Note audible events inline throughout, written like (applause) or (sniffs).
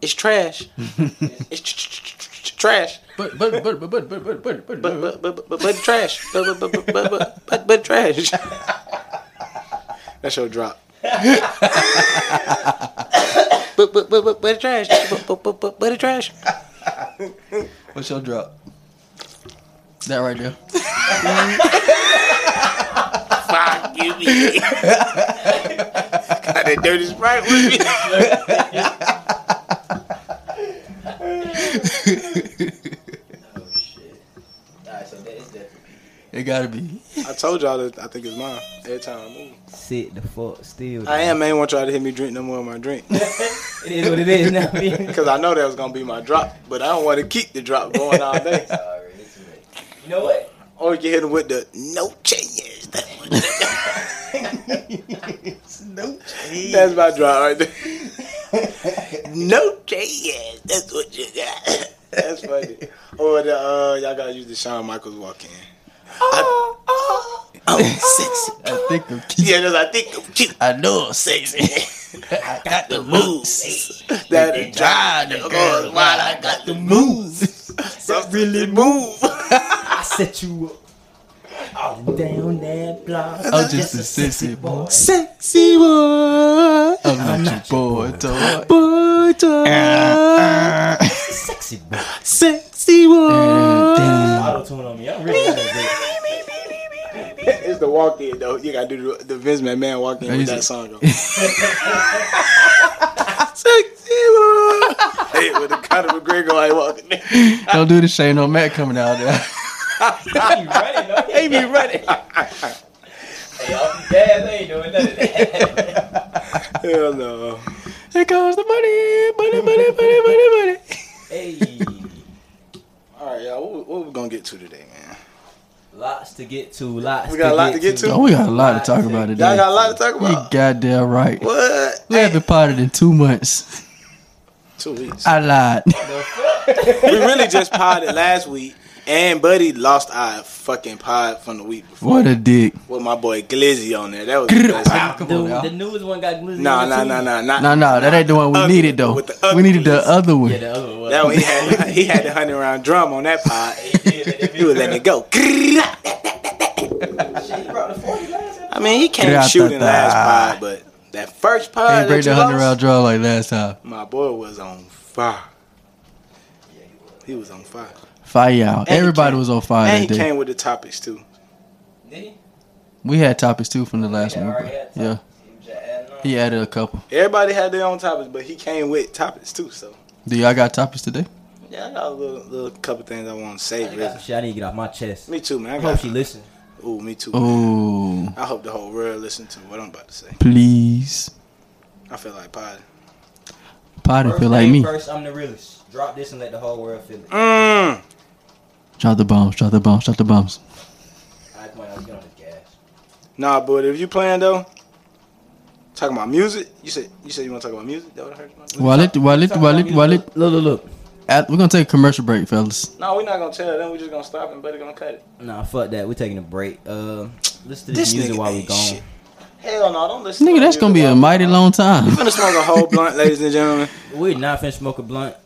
It's (laughs) trash. it's tr- tr- tr- tr- trash. But but but but but but but but But but but but, but trash. But but but but but, but, but trash. That's your (laughs) drop. but but but but but trash. But but but but but trash. What's your drop? That right there. (laughs) Fuck you. (laughs) me. Got that dirty sprite with me. Oh shit. Alright, so that is definitely. It gotta be. (laughs) I told y'all that I think it's mine every time I move. Sit the fuck still. I am ain't want y'all to hear me drink no more of my (laughs) drink It is what it is (laughs) now. (laughs) man. because I know that was gonna be my drop, but I don't want to keep the drop going all day. Sorry, it's too late. You know what? Or you can hit them with the no changes. That (laughs) one. Nope. That's my drop right there. (laughs) no changes. That's what you got. That's funny. Or the uh, y'all gotta use the Shawn Michaels walk in. I, Oh, I'm sexy. I think I'm cute. Yeah, that's I think I'm cute. I know I'm sexy. (laughs) I got the moves. That They drive the girls while I got the moves. That really move. I set you up. Oh, down that block. I'm just a sissy boy. Sexy boy. I'm not your boy, (laughs) Uh, dog. Boy, Sexy boy. sexy uh, boy. Auto tune on me. I'm really good. It's the walk in though. You gotta do the, the Vince McMahon walk in Yeah, with he's- that song. (laughs) Though. Sexy boy. Hey, with the Conor McGregor I walking. in. Don't do the Shane on Matt coming out there. You running, no? Hey, be ready. y'all be dads, I ain't doing none of that. Hell no. Here comes the money, money, money, money, money, money. Hey, All right, y'all. What, what we gonna get to today, man? lots to get to. Lots. We got a lot to get to. Oh, we got a lot to talk about today. Y'all got a lot to talk You about. goddamn right. What? We haven't potted in two months. Two weeks. I lied. (laughs) we really just podded last week, and Buddy lost our fucking pod from the week before What a dick. with my boy Glizzy on there. That was the best. Come on, The, the y'all. newest one got glizzy. Nah, on the nah, team. nah, nah, nah. No, no, that ain't the one we Ugly needed though. with the ugly We needed the glizzy. other Yeah, one. the other one. That one he (laughs) had he had the hundred round drum on that (laughs) pod. he was letting it go. Shit, you brought the 40 last time. (laughs) I mean, he came shooting last pod, but that first They pod ain't break that you the hundred round lost, draw like last time. my boy was on fire. He was on fire, Fire out. he Everybody came- was on fire and he that day. came with the topics too. Did he? We had topics too from the last Yeah, one. I already but- had Yeah, topics. He was just adding on. he added a couple. Everybody had their own topics, but he came with topics too. So Do y'all got topics today? yeah, I got a little, little couple things I want to say. I got some Really. shit I need to get off my chest. Me too, man. I I hope got. she listen. Ooh, me too. Oh, I hope the whole world listen to what I'm about to say. please. I feel like pod. Potty First feel like thing me. First, I'm the realest. Drop this and let the whole world feel it. Mm. Drop the bombs. Drop the bombs. Drop the bombs. I point out, get on the gas. Nah, but if you playing though, talking about music, you said you said you want to talk about music. That would hurt. Wallet, wallet, talk wallet, about wallet. Look, look, look. At- We're gonna take a commercial break, fellas. No, we're not gonna tell them. We're just gonna stop and Buddy gonna cut it. Nah, fuck that. We're taking a break. Uh, listen to This this, music nigga while we ain't gone. shit. Hell no, don't listen. Nigga, that's gonna be a mighty long time. I'm gonna smoke a whole blunt, ladies and gentlemen. We're not finna smoke a blunt.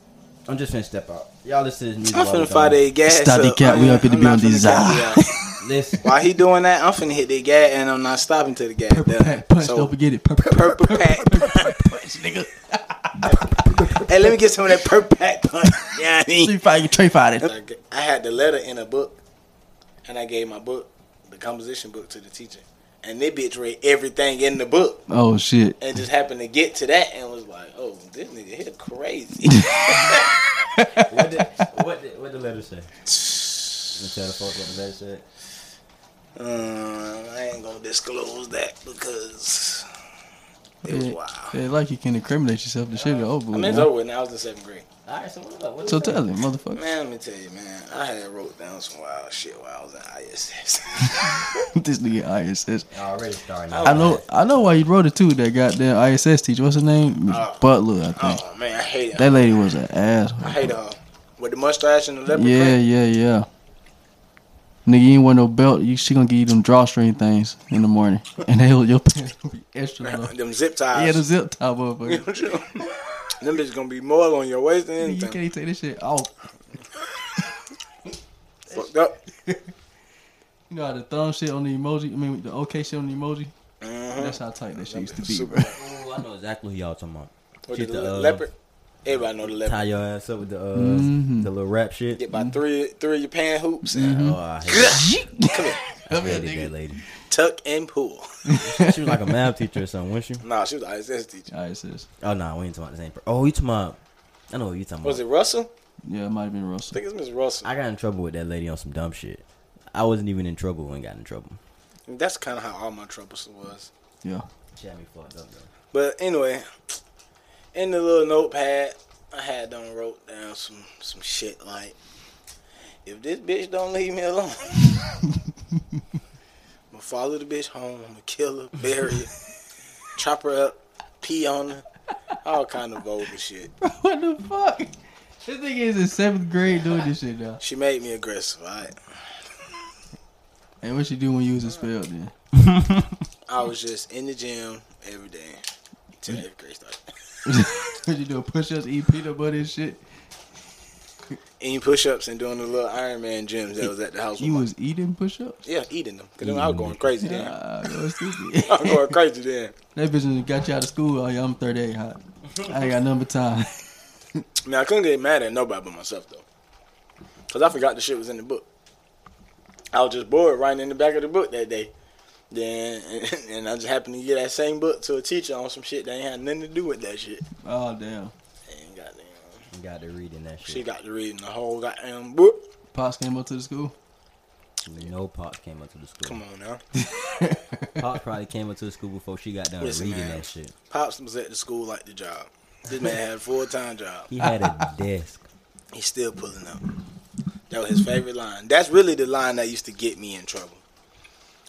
I'm just finna step out. Y'all listen to this music. I'm while we finna fight gone. that gas. Stop the cat, I we mean, up in the I'm not building, finna cut zah. the gas. (laughs) Listen. While he doing that, I'm finna hit the gas, and I'm not stopping till the gas Purple done. pack punch. So, Don't forget it. Purple pack purple pack. punch, nigga. hey, let me get some of that purple pack (laughs) punch. Yeah, I mean, Three five. Three five. I g- I had the letter in a book, and I gave my book, the composition book, to the teacher, and they bitch read everything in the book. Oh shit. and just happened to get to that and was like, oh, this nigga here (laughs) crazy. What did, what did, what the letter say? Let me tell the folks what the letter said. um, I ain't gonna disclose that because it was wild. Yeah, like you can incriminate yourself. The shit is over. I with mean, it's now. over with now. I was in seventh grade. All right, so what up? What So it say? tell him, motherfucker. Man, let me tell you, man, I had wrote down some wild shit while I was in (laughs) ISS. (laughs) this nigga ISS. Already starting. I know. I know why you wrote it too. That goddamn ISS teacher. What's her name? Miss Oh. Butler, I think. oh, man, I hate her. That lady was an I asshole. hate her. With the mustache and the leopard Yeah, print. yeah, yeah. Nigga, you ain't wear no belt. You, she gonna give you them drawstring things in the morning, (laughs) and they your pants will be extra long. (laughs) Them zip Yeah, the ties. zip top motherfucker. (laughs) Them bitches gonna be more on your waist than You can't anything. even take this shit off. Fucked up. You know how the thumb shit on the emoji, I mean the OK shit on the emoji. Mm-hmm. That's how tight that shit used to be, Super. (laughs) bro. Oh, I know exactly who y'all talking about. With Shit, the the, le- uh, leopard. Everybody know the leopard. Tie your ass up with the uh, Mhm. the little rap shit. Get by three three of your pan hoops Oh, I Mm-hmm. hated, Come here. I hated that lady. Tuck and pull. She was like a math teacher or something, wasn't she? Nah, she was an ISS teacher. All right, sis. Oh no, we ain't talking about the same. Per- oh, you talking about? I know what you talking about. Was it Russell? Yeah, it might have been I Russell. think it's Miss Russell. I got in trouble with that lady on some dumb shit. I wasn't even in trouble and got in trouble. That's kind of how all my troubles was. Yeah. (laughs) She had me fucked up though. But anyway, in the little notepad, I had them wrote down some some shit like, if this bitch don't leave me alone, I'ma follow the bitch home, I'ma kill her, bury her, chop her up, pee on her, all kind of vulgar shit. What the fuck? This nigga is in seventh grade doing this shit now. She made me aggressive. Right? And what she do when you was expelled then? (laughs) I was just in the gym every day till eighth grade started. what you do? Push ups, eat peanut butter and shit? Eating push ups and doing the little Ironman gyms that was at the house. with You my- was eating Ah, push ups? yeah, eating them. Cause then I was going crazy then. Yeah, (laughs) I was (laughs) going crazy then. That bitch done got you out of school. Oh, yeah, I'm 38 hot. I ain't got number time. (laughs) Now I couldn't get mad at nobody but myself though, cause I forgot the shit was in the book. I was just bored writing in the back of the book that day. Then (laughs) and I just happened to get that same book to a teacher on some shit that ain't had nothing to do with that shit. Oh, damn. And goddamn, Got to reading that she shit. got to reading the whole goddamn book. Pops came up to the school. No pops came up to the school. Come on now, Pops probably came up to the school before she got done Listen, reading man. that shit. pops was at the school like the job. This man had a full time job. He (laughs) had a desk. He's still pulling up. That was his favorite line. That's really the line that used to get me in trouble.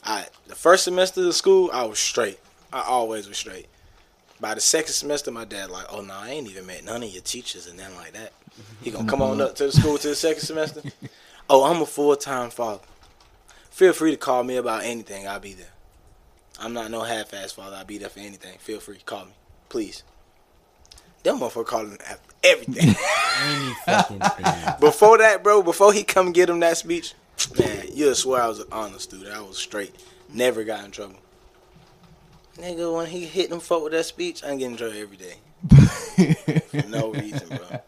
I the first semester of school, I was straight. I always was straight. By the second semester, my dad like, oh no, I ain't even met none of your teachers and nothing like that. He gonna come on up to the school to the second semester. Oh, I'm a full time father. Feel free to call me about anything. I'll be there. I'm not no half ass father. I'll be there for anything. Feel free, call me, please. That motherfucker calling after everything. Any (laughs) fucking thing. Before that, bro, before he come get him that speech, man, you'll swear I was an honest dude. I was straight. Never got in trouble. Nigga, when he hit them folk with that speech, I'm getting in trouble every day. For (laughs) (laughs) no reason, bro.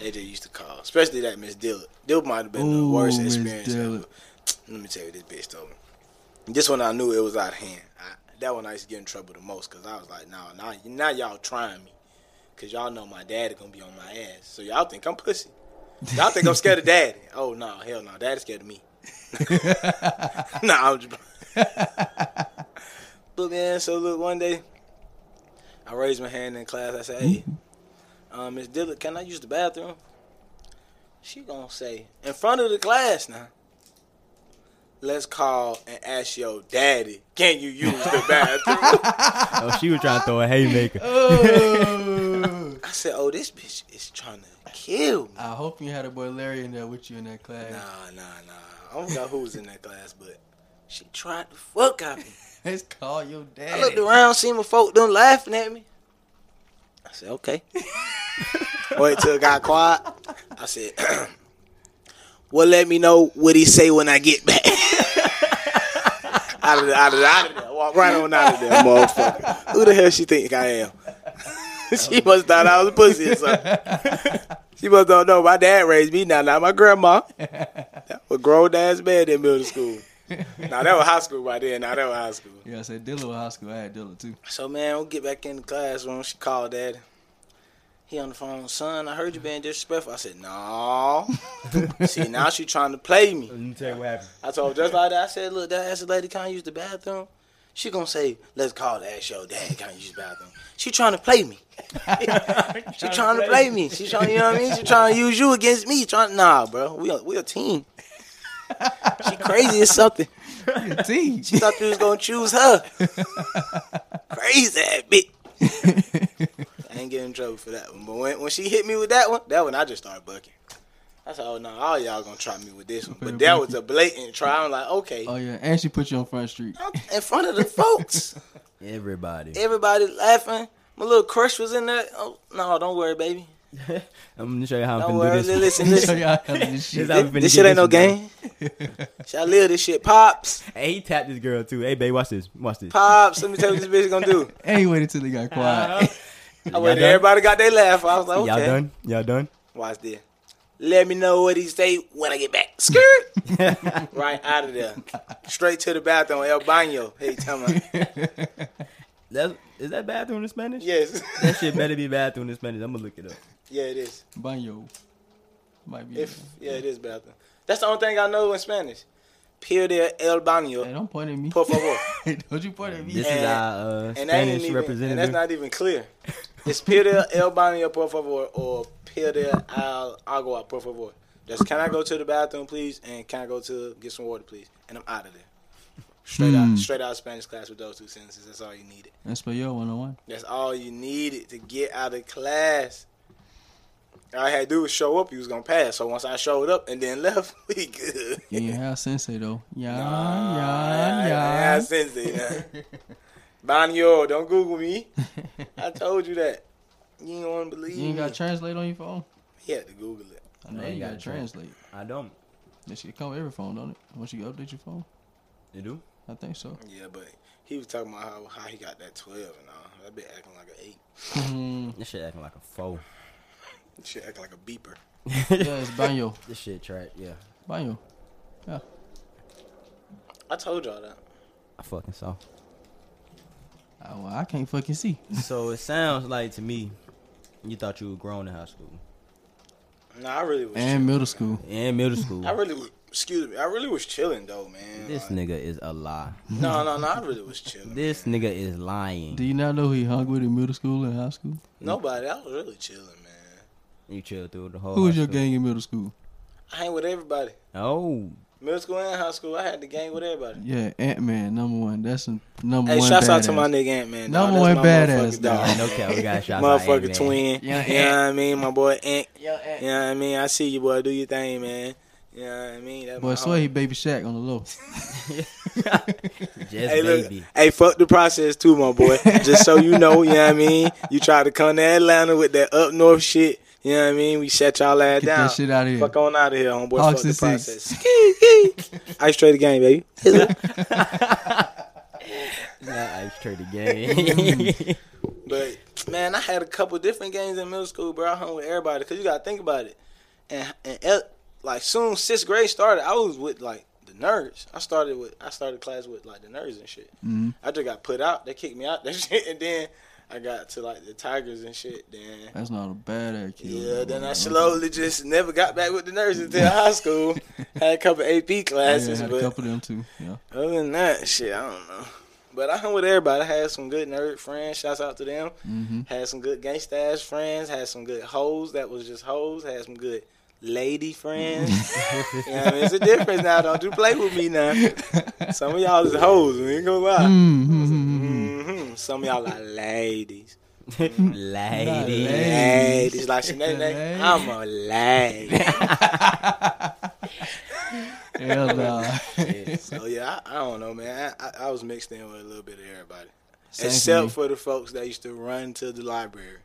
They just used to call. Especially that Miss Dillard. Dillard might have been the Ooh, worst Miss experience ever. Dillard. Let me tell you what this bitch told me. This one I knew it was out of hand. I, that one I used to get in trouble the most because I was like, nah, nah, now y'all trying me. Because y'all know my dad is going to be on my ass. So y'all think I'm pussy. Y'all think I'm scared of daddy. Oh, no, hell no. Daddy's scared of me. (laughs) nah, I'm just. but man, so look, one day I raised my hand in class. I said, hey, um, Miss Dillard, can I use the bathroom? She gonna say, in front of the class now. Let's call and ask your daddy, can you use the bathroom? Oh, she was trying to throw (laughs) a haymaker. Oh. I said, oh, this bitch is trying to kill me. I hope you had a boy Larry in there with you in that class. Nah, nah, nah. I don't know who was in that class, but she tried to fuck out me. Let's call your I dad. looked around, seen my folk done laughing at me. I said, okay. Wait till it got quiet. I said, (clears throat) well, let me know what he say when I get back. (laughs) out of there, out of there, out of there. Walk right on out of there, motherfucker. Who the hell she think I am? (laughs) she must thought I was a pussy or something. (laughs) she must don't know my dad raised me now, not my grandma. That was grown ass man in middle school. Now that was high school by then. Now that was high school. Yeah, I said Dilla was high school. I had Dilla (laughs) too. So man, we'll get back in the classroom. She called daddy. He on the phone, son, I heard you being disrespectful. I said, No. See, now she trying to play me. Let me tell you what happened. I told her just like that. I said, look, that ass lady can't use the bathroom. She gonna say, let's call the ass your dad can't use the bathroom. She trying to play me. she trying to play me. She trying, you know what I mean? She trying to use you against me. Trying, nah, bro, we a, we a team. She crazy or something. T. She (laughs) thought you was gonna choose her. Crazy that bitch. I ain't getting in trouble for that one. But when, when she hit me with that one, that one I just started bucking. I said, oh no, all y'all gonna try me with this one. But that was a blatant try. I'm like, okay. Oh yeah, and (laughs) she put you on front street. (laughs) I'm in front of the folks. Everybody. Everybody laughing. My little crush was in there. Oh no, don't worry, baby. (laughs) I'm gonna show you how I'm Don't finna worry. do this. Listen, Show (laughs) listen. y'all how to do this shit. This how we This, finna this get shit ain't no one, bro. game. (laughs) Shall I live this shit, pops, Hey, he tapped this girl too. Hey, babe, watch this. Watch this. pops. Let me tell you what this bitch gonna do. And he waited till he got quiet. I Y'all waited. done? Everybody got their laugh. I was like, Y'all okay, done? (laughs) Y'all done? (laughs) watch this. Let me know what he say when I get back. Skirt. right out of there, straight to the bathroom. El baño. Hey, tell me. Uh-huh. (laughs) That's, is that bathroom in Spanish? Yes. (laughs) That shit better be bathroom in Spanish. I'm gonna look it up. yeah, it is. Banyo. Might be. If yeah, it is bathroom. That's the only thing I know in Spanish. Pio de el hey, baño. don't point at me. Por favor. (laughs) don't you point at me. This is And- our uh, And that ain't Spanish even, and representative. that's not even clear. It's Pio de el baño, por favor, or Pio de al agua, por favor. That's can I go to the bathroom, please, and can I go to get some water, please? And I'm out of there. Straight Hmm. out, straight out of Spanish class with those two sentences. That's all you needed. Espanol 101. That's all you needed to get out of class. All I had to do was show up. You was gonna pass. So once I showed up and then (laughs) left, we good. You didn't have sensei though. Yeah, yeah, yeah, (laughs) Banyo, oh, don't Google me. I told you that. You ain't gonna believe (laughs) You ain't got me. translate on your phone? he had to Google it. I know I ain't you got got tra- translate. I don't. That shit come with every phone, don't it? Once you update your phone, You do? I think (laughs) so. Yeah, but he was talking about how, how he got that twelve and all. That been acting like an eight. Mhm. This shit acting like (laughs) a foe. Shit acting like a beeper. yeah, it's banyo, This shit track. Yeah, banyo. I told y'all that. I fucking saw. I, Oh, well, I can't fucking see. so it sounds like to me, you thought you were grown in high school Nah, I really was. And middle school. and middle school. I really, was, excuse me, I really was chilling though, man. this Like, nigga is a lie. No, no, no. I really was chilling. This man. nigga is lying. Do you not know who he hung with in middle school and high school? nobody. I was really chilling, man. You chilled through the whole. Who was high your school. gang in middle school? I hang with everybody. Oh, Middle school and high school, I had the gang with everybody. Yeah, Ant Man, number one. That's a number Hey, one. shouts out to badass. my nigga Ant Man. Number one badass, dog. (laughs) no cap. We got shots. Motherfucker twin. Yeah, you know what I Ant. mean? My boy Ant. Yo, You know what I mean? I see you, boy. Do your thing, man. You know what I mean? That's Boy, my I swear he homie. baby Shaq on the low. Just Hey, look, baby. hey, fuck the process too, my (laughs) boy. Just so you know, you know what I mean? You tried to come to Atlanta with that up north shit. You know what I mean? We shut y'all ass Get down. that shit out of here. Fuck on out of here, homeboy. fuck Hawks the and process. six. Ski, ski. (laughs) Ice straight the game, baby. Nah, I turned the (laughs) game. But man, I had a couple different games in middle school, bro. I hung with everybody because you gotta think about it. And and el- like soon sixth grade started, I was with like the nerds. I started with I started class with like the nerds and shit. Mhm. I just got put out. They kicked me out (laughs) that shit, and then I got to like the tigers and shit. Then That's not a badass kid. yeah, then I Huh? slowly just never got back with the nerds until high (laughs) school. Had a couple AP Yeah, classes, had a but couple of them too. Yeah. other than that, shit, I don't know. But I hung with everybody. I had some good nerd friends. Shouts out to them. (laughs) Mm-hmm. Had some good gangsta ass friends. Had some good hoes that was just hoes. Had some good lady friends. (laughs) you know what I mean? It's a difference now. Don't you play with me now. Some of y'all is hoes. We ain't gonna lie. Mm-hmm. hmm Some of y'all are ladies. Lady. (laughs) Ladies. Like Sinead, Lady. I'm a lady. Hell nah. (laughs) so yeah, I, I don't know, man. I, I, I was mixed in with a little bit of everybody. Same for Except me. for, the folks that used to run to the library.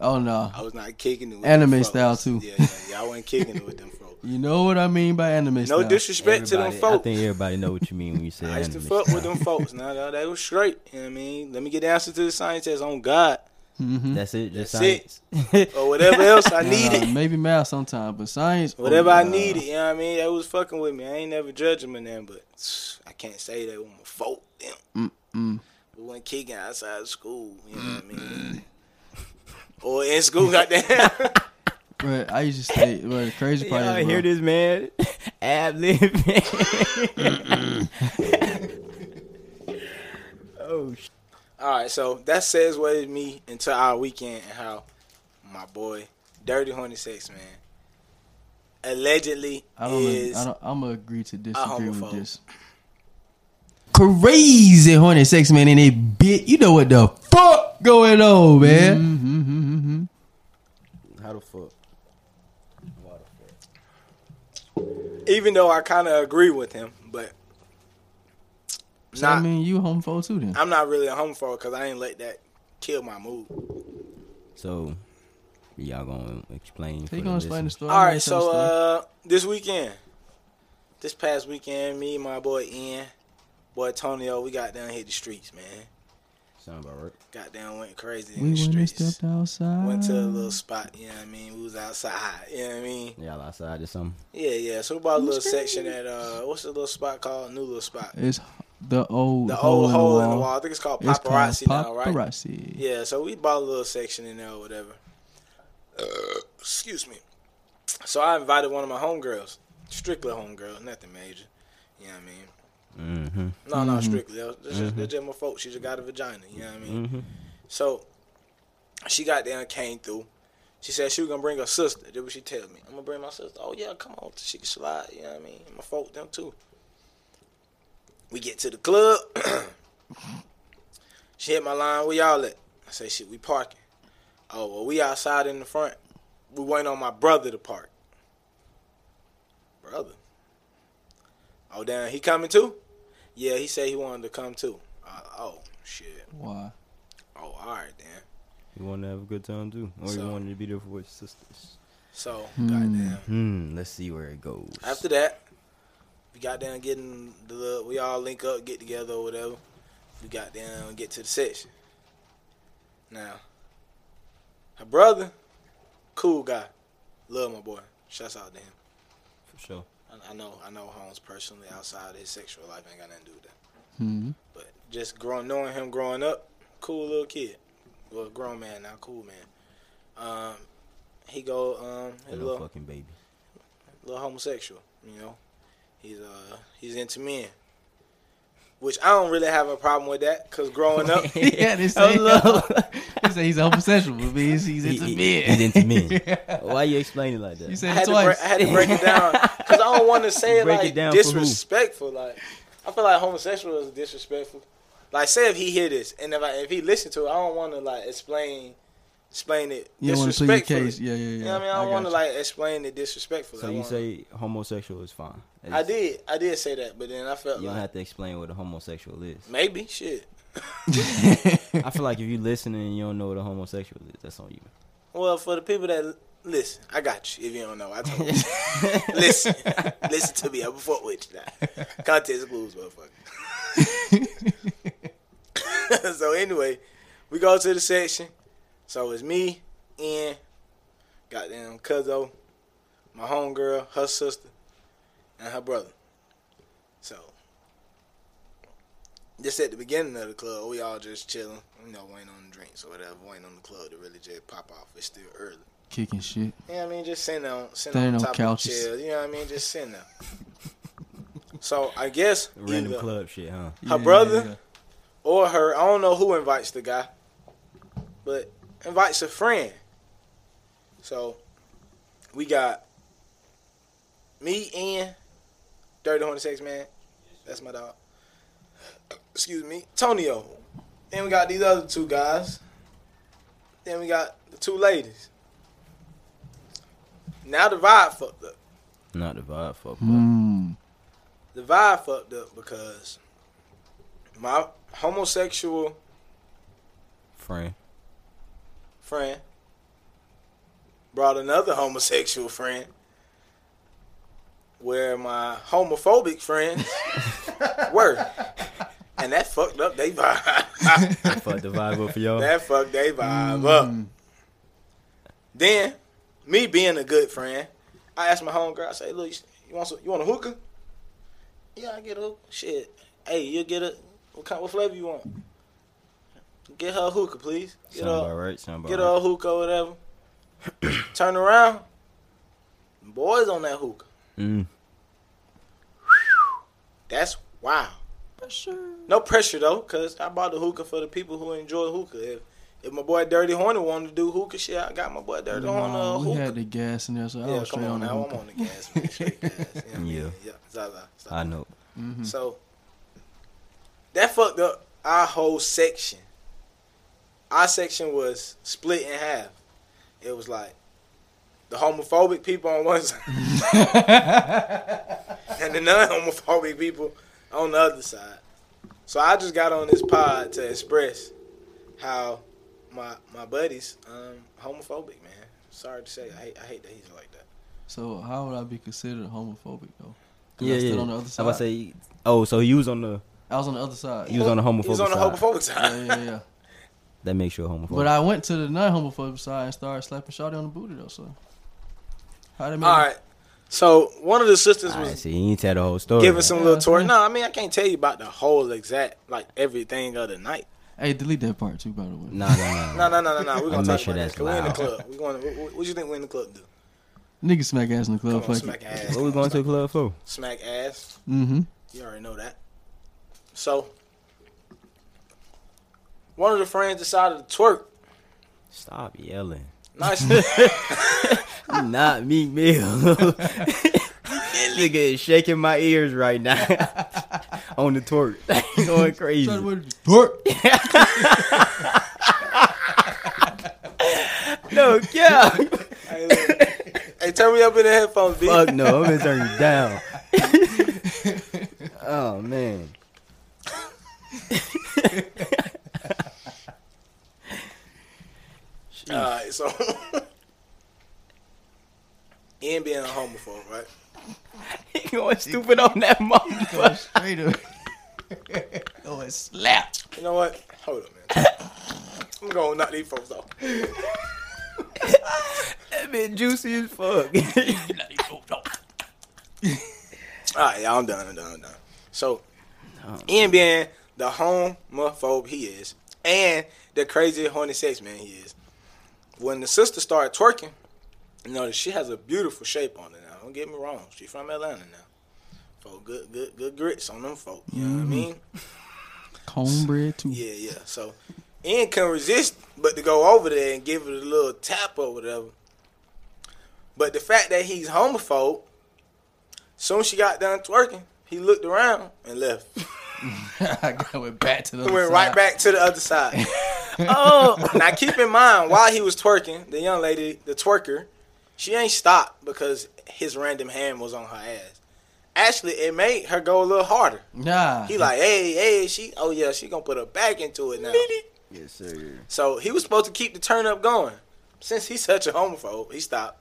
Oh no. I was not kicking it with Anime them style, folks. too. Yeah, yeah, yeah. I wasn't kicking it with (laughs) them folks. You know what I mean by anime No style. disrespect to them Everybody- I folks. think everybody know what you mean when you say I used to anime fuck with style. them (laughs) folks. Now nah, they was straight. You know what I mean? Let me get the answer to the science test on God Mhm. That's it. Just That's it. science. or whatever else (laughs) I Nah, needed. Maybe math sometime, but science. (laughs) oh, Whatever I nah. needed, you know what I mean? They was fucking with me. I ain't never judging them, then, but I can't say they were my fault. Them. Mm-mm. We went kicking outside of school, you know what I Mm. mean? or in school, (laughs) goddamn. But I (laughs) used to stay. But the crazy part Y'all is, hear bro, this man? (laughs) Ab (laughs) Oh sh- All right, so that says what it me into our weekend and how my boy Dirty Horny Sex Man allegedly I don't. is I don't. I'm gonna agree to disagree with homophobe. this. Crazy horny sex man in a bit. You know what the fuck going on, man? Mm-hmm, mm-hmm. How the fuck? even though I kind of agree with him, but So, I not mean, you homophobe too, then? I'm not really a homophobe because I ain't let that kill my mood. So y'all gonna explain? for He the gonna explain the listeners? story. All right, so uh, this weekend, this past weekend, me and my boy Ian, boy Tonio, we got down hit the streets, man. Sound about right. Got down, went crazy in we the went and streets. stepped outside. Went to a little spot, you know what I mean? We was outside, you know what I mean? Y'all outside or something? Yeah, yeah. So we bought a little section at uh, what's the little spot called? New little spot. It's the old The hole old in the hole in wall. the wall. I think it's called It's called paparazzi now, right? Paparazzi. Yeah, so we bought a little section in there or whatever. Uh, excuse me. So I invited one of my homegirls, strictly homegirls, nothing major. You know what I mean? Mm-hmm. No, no, strictly. They're just, they're Mm-hmm. just my folks. She just got a vagina. You know what I mean? Mhm. So she got there and came through. She said she was gonna bring her sister. That's what she tell me. I'm gonna bring my sister. Oh yeah, come on, she can slide. You know what I mean? My folk them too. We get to the club. (clears throat) she hit my line. Where y'all at? I say shit. We parking. Oh well, we outside in the front. We waiting on my brother to park. Brother. Oh damn, he coming too? Yeah, he said he wanted to come too. Uh, oh shit. Why? Oh all right then. You want to have a good time too, or So- you wanted to be there for your sisters? So Hmm. goddamn. Hmm. Let's see where it goes. After that, we got down getting the little- we all link up, get together or whatever. We got down get to the section. Now, her brother, cool guy, love my boy. Shouts out to him. for sure. I, I know, I know Holmes personally. Outside of his sexual life, ain't got nothing to do with that. Hmm. But just growing, knowing him growing up, cool little kid. Well, grown man now, cool man. Um, he go um his Hello, little, fucking baby. little homosexual. You know, he's uh he's into men, which I don't really have a problem with that because Oh, growing (laughs) up, (laughs) yeah, they say, Hello. he said he's homosexual, but means he's He- into he- men. He's into (laughs) men. (laughs) Why you explain it like you that? I said it had, to break, I twice. had to break it (laughs) down because I don't want to say it Break like it down for who? disrespectful. Like I feel like homosexual is disrespectful. Like say if he hear this and if I, if he listen to it, I don't want to like explain explain it You want to plead your disrespectfully. case. Yeah, yeah, yeah. You know what I mean? I don't got want to you. like explain it disrespectfully. So I you wanna- say homosexual is fine. I It's- did, I did say that, but then I felt You don't like have to explain what a homosexual is. maybe shit. I feel like if you listening and you don't know what a homosexual is, that's on you. Well, for the people that l- listen, I got you. If you don't know, I told you. listen, listen to me. I'm fuck with you now. Context clues, motherfucker. (laughs) so anyway, we go to the section. So it's me, and goddamn Cuzzo, my homegirl, her sister, and her brother. So just at the beginning of the club, we all just chilling, you know, waiting on the drinks or whatever, waiting on the club to really just pop off. It's still early. (laughs) Kicking shit. You know what I mean? Just sitting on sitting There on ain't no top couches. of the chair. You know what I mean? Just sitting there. so I guess Random either club shit, huh? Her brother? or her, I don't know who invites the guy, but invites a friend. So we got me and Dirty Hornet Sex Man. That's my dog. Excuse me. Tonio. Then we got these other two guys. Then we got the two ladies. Now the vibe fucked up. Not the vibe, fuck. but Hmm. the vibe fucked up because my homosexual Friend. friend brought another homosexual friend where my homophobic friends were. And that fucked up they vibe. (laughs) fuck the vibe up for y'all. that fucked they vibe Mm. Hmm. up. Then, me being a good friend, I asked my homegirl, I say, look, you- you want some, you want a hookah? Yeah, I get a hookah. Shit. Hey, you get a what kind what flavor you want? Get her a hookah, please. Get Sound her about right. Sound about get right. a hookah or whatever. (clears throat) Turn around, boys on that hookah. Mm. That's wow. No pressure though, cause I bought the hookah for the people who enjoy hookah. If if my boy Dirty Hornet wanted to do hookah shit, I got my boy Dirty Hornet Nah, a we had hookah. the gas in there, so I Yeah, was come straight Oh, on on the now, I'm hookah. on the gas, man. Straight gas. You know what I mean? Yeah. (laughs) yeah, Zaza, Zaza. I know. Hmm. Mm-hmm. So that fucked up our whole section. Our section was split in half. It was like the homophobic people on one side (laughs) and the non-homophobic people on the other side. So I just got on this pod to express how my my buddy's um, homophobic, man. Sorry to say, I hate I hate that he's like that. So how would I be considered homophobic though? 'Cause Yeah, I stood yeah. on the other I side. was say, oh, so he was on the I was on the other side. he was on the homophobic He was on the side. homophobic yeah, side. yeah, (laughs) yeah. That makes you a homophobic. But I went to the non-homophobic side and started slapping Shawty on the booty though. So how (laughs) did All right. So one of the sisters I was see. You ain't tell the whole story. giving some Yeah, little that's tour. me. No, I mean I can't tell you about the whole exact like everything of the night. Hey, delete that part too, by the way. Nah, nah, nah. No, no, no, no, no. We're gonna make talk sure about that. that's 'cause We in the loud. club. We going. To, what, what you think we in the club do? Nigga smack ass in the Come club. on, Fuck smack it. ass. What we going to the club for? Smack ass. Mm-hmm. You already know that. So one of the friends decided to twerk. Stop yelling. (laughs) Nice. You Not me, Mill. Nigga is shaking my ears right now on the twerk, (laughs) going (laughs) crazy. Shawty, what did you- Twerk. (laughs) No, yeah. hey, turn me up in the headphones, B. Fuck no, I'm gonna turn you down. oh man. (laughs) Mm. Alright, so (laughs) Ian being a homophobe, right? He going stupid on that motherfucker. straight up. oh, it slapped. You know what? Hold up, man. (coughs) I'm gonna knock these folks off. That bit juicy as (laughs) fuck. Alright, y'all, I'm done, I'm done, I'm done. So Ian being the homophobe he is, and the crazy horny sex man he is. When the sister started twerking, you know she has a beautiful shape on her now. Don't get me wrong. She from Atlanta now. Folk good good good grits on them folk. You know what I mean? Cornbread too. Yeah, yeah. So Ian couldn't resist but to go over there and give it a little tap or whatever. But the fact that he's homophobe, soon she got done twerking, he looked around and left. I got went back to (laughs) the. He other went side. right back to the other side. oh, now keep in mind, while he was twerking, the young lady, the twerker, she ain't stopped because his random hand was on her ass. Actually, it made her go a little harder. Nah. He like, hey, hey, she, oh yeah, she gonna put her back into it now. yes sir. So he was supposed to keep the turn up going. Since he's such a homophobe, he stopped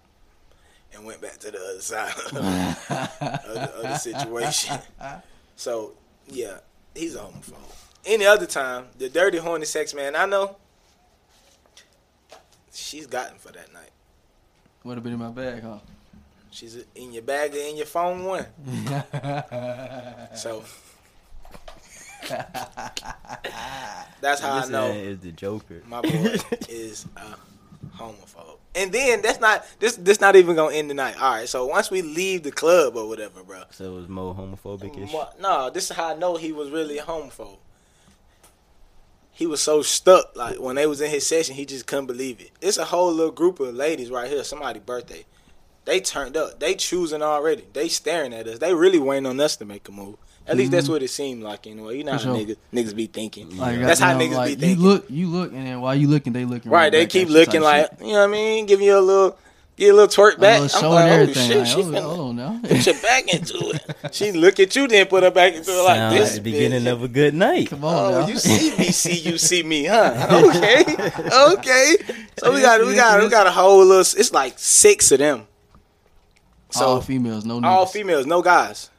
and went back to the other side of the, of the- of the situation. So yeah, he's a homophobe. Any other time, the dirty horny sex man I know, she's gotten for that night. Would have been in my bag, huh? She's in your bag or in your phone one. So that's how I This know man is the Joker. my boy is a homophobe. And then that's not this this not even gonna end tonight. All right, so once we leave the club or whatever, bro. (laughs) So it was more homophobic ish. Mo- No, this is how I know he was really a homophobe. He was so stuck, like when they was in his session, he just couldn't believe it. It's a whole little group of ladies right here, somebody birthday. They turned up. They choosing already. They staring at us. They really waiting on us to make a move. At least that's what it seemed like anyway. You know how Mm-hmm. For sure. niggas, niggas be thinking. Like, That's how goddamn, niggas like, be thinking. You look, you look, and then while you looking, they looking. Right, they back at keep you type looking like shit. you know what I mean, giving you a little, give you a little twerk back. a little I'm show like, and oh everything. shit, like, oh, she hold, finna hold on now. put your back into it. she look at you, then put her back into it like Sound this. like the beginning bitch. of a good (laughs) night. Come on, Oh, now. you see me, see you, see me, huh? Okay, okay. So we got, we got, we got a whole little. It's like six of them. So all females, no niggas. all females, no guys.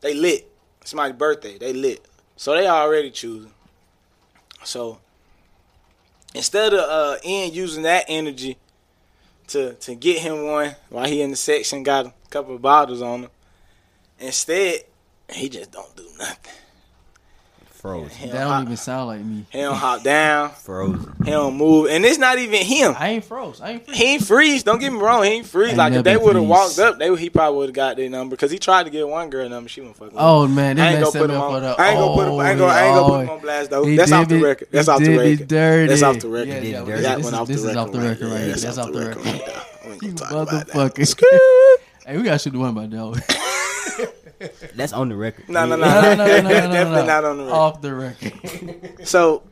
They lit. It's my birthday. They lit. So they already choosing. So instead of uh Ian using that energy to to get him one while he in the section got a couple of bottles on him, instead he just don't do nothing. Frozen. He That don't, don't hop, even sound like me. he don't hop down. Frozen. He don't move. And it's not even him. I ain't froze. I ain't freeze. He ain't freeze. Don't get me wrong. He ain't freeze. I Like if never they would have freeze. walked up, they he probably would have got their number because he tried to get one girl number. She wouldn't fuck with him. Oh man, I they ain't messed gonna put him him up for on. the. Oh, I ain't gonna put him. I ain't gonna, I ain't gonna put him on blast though. He That's did off the it- record. That's he off the did it record. dirty. That's off the Yeah, record. yeah, Did it well, dirty. That this went is- off This the is record. off the record right Yeah, here. that's off the record. right there. We ain't You gonna talk about that. motherfucker. Hey, we gotta shoot the one by now. That's on the record. No, no, no. No, no, no, no, no, no, Definitely no. not on the record. Off the record. So,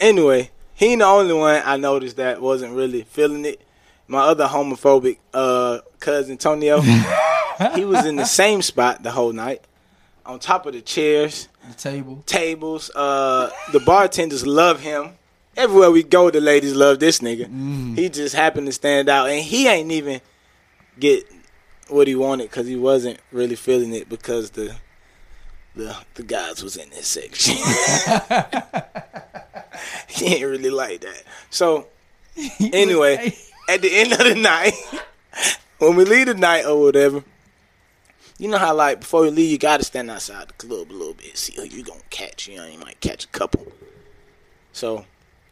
anyway, he the only one I noticed that wasn't really feeling it. My other homophobic uh, cousin (laughs) Antonio, he was in the same spot the whole night, on top of the chairs, The table. tables. Uh, the bartenders love him. Everywhere we go, the ladies love this nigga. He just happened to stand out, and he ain't even get what he wanted because he wasn't really feeling it because the the the guys was in this section. (laughs) he ain't really like that. So anyway, at the end of the night, (laughs) when we leave the night or whatever, you know how like before you leave, you gotta stand outside the club a little bit, see who you gonna catch. You know, you might catch a couple. So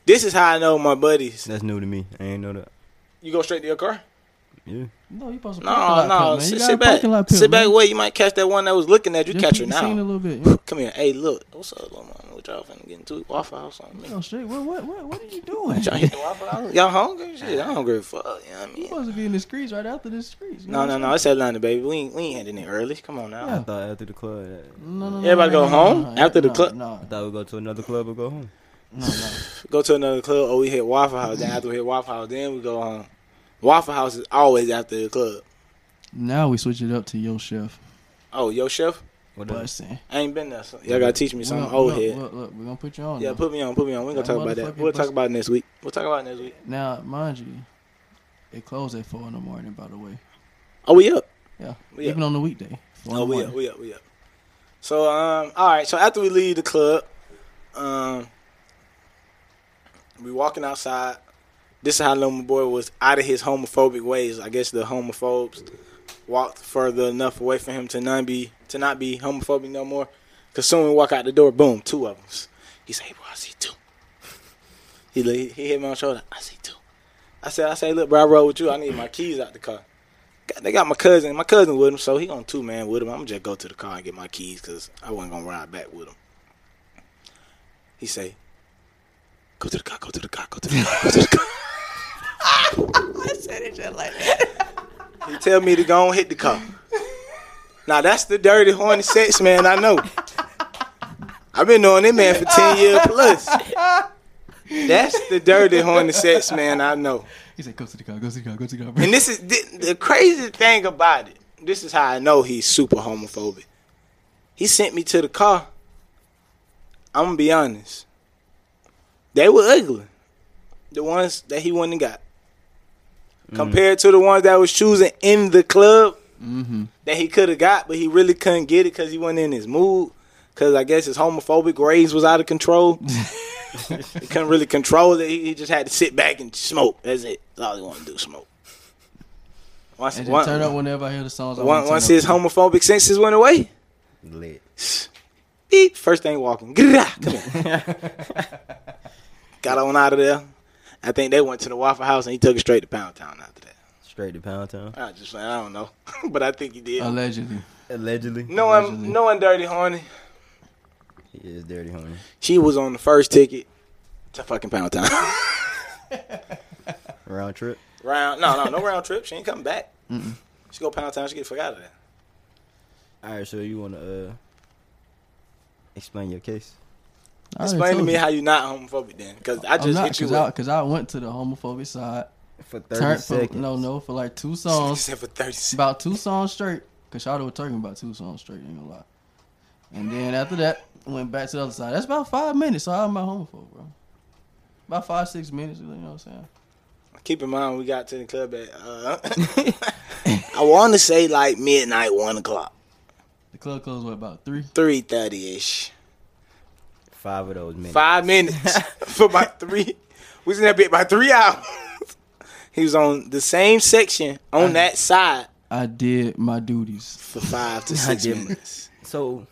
this is how I know my buddies. That's new to me. I ain't know that. You go straight to your car. Yeah. No, you supposed to parking No, lot no, pimp, man. sit, You got a sit back, parking lot pimp, sit man. back. Wait, you might catch that one that was looking at you. Just catch her keep the scene a now. little bit. yeah. (laughs) Come here. Hey, look. What's up, little man? What y'all finna get into? Waffle House on (laughs) me. No, straight. What, what, what, what are you doing? Y'all hit the Waffle House? Y'all hungry? Shit, I don't give a fuck. You know what I You mean? supposed to be in the streets right after the streets. you No, know no, what no. It's Atlanta, baby. We ain't, we ain't ending it early. Come on now. Yeah. I thought after the club, uh, I'm saying? No, no, no. Everybody no, go no, home no, no, after the no, club? No, I thought we'd go to another club or go home. no, no. Go to another club. Oh, we hit Waffle House. Then after we hit Waffle House, then we go home. Waffle House is always after the club. Now we switch it up to Yo Chef Oh, yo, chef. What else? busting. I ain't been there. So y'all gotta teach me something Look, old look, head. Look, look, we're gonna put you on. Yeah, now. put me on. Put me on. We ain't That gonna talk about that. motherfucking We'll talk pussy. about it next week. We'll talk about it next week. now, mind you, it closed at four in the morning. By the way, Oh, we up. yeah, We even on the weekday. four in Oh, the we up, morning. we up, we up. So, um, all right. So after we leave the club, um, we walking outside. This is how little my boy was out of his homophobic ways. I guess the homophobes walked further enough away from him to not be to not be homophobic no more. Cause soon we walk out the door, boom, two of us. He say, "Hey, bro, I see two. He li- he hit me on the shoulder. I see two. I said, I say, look, bro, I rode with you. I need my keys out the car. God, They got my cousin. My cousin with him, so he on two man with him. I'm gonna just go to the car and get my keys because I wasn't gonna ride back with him. He say, "Go to the car. Go to the car. Go to the car. Go to the car." I said it just like that. He tell me to go and hit the car. Now that's the dirty horny sex man I know. I've been knowing that man for ten years plus. That's the dirty horny sex man I know. He said, "Go to the car. Go to the car. Go to the car." (laughs) And this is the, the crazy thing about it. This is how I know he's super homophobic. He sent me to the car. I'm gonna be honest. They were ugly. The ones that he went and got. Compared to the ones that was choosing in the club mm-hmm. that he could have got, but he really couldn't get it because he wasn't in his mood. Because I guess his homophobic rage was out of control. (laughs) he couldn't really control it. He, he just had to sit back and smoke. That's it. That's all he wanted to do, smoke. Once, And one- just turn up whenever I hear the songs. I wanna one- turn once up his to. homophobic senses went away, Lit. beep, first thing walking. Grrrah, Come here. got on out of there. I think they went to the Waffle House and he took it straight to Pound Town after that. (laughs) Straight to Pound Town. I just, I don't know. (laughs) but I think he did. allegedly. Allegedly. No allegedly. one, no one dirty horny. He is dirty, homie. She was on the first ticket to fucking Pound Town. Round trip. (laughs) round, no, no, no round trip. She ain't coming back. She go Pound Town. She get the fuck out of there. All right, so you want to uh explain your case? I already Explain to told me you. how you not homophobic then, because I I'm just not, hit you cause I, with. cause I went to the homophobic side. For 30 Turn for, seconds. no, no, for like (laughs) two She songs, said for thirty. seconds. about two songs straight. Cause y'all were talking about two songs straight. Ain't gonna lie. And then after that, went back to the other side. That's about five minutes. So I'm not homophobe, bro. About five, six minutes. You know what I'm saying? Keep in mind we got to the club at. (laughs) Uh, I want to say like midnight, one o'clock, The club closed what about three? three thirty ish. Five of those minutes. Five (laughs) minutes for about three. We was in that bit by three hours. (laughs) He was on the same section on that side I did my duties. for five (laughs) to I six did my- minutes. So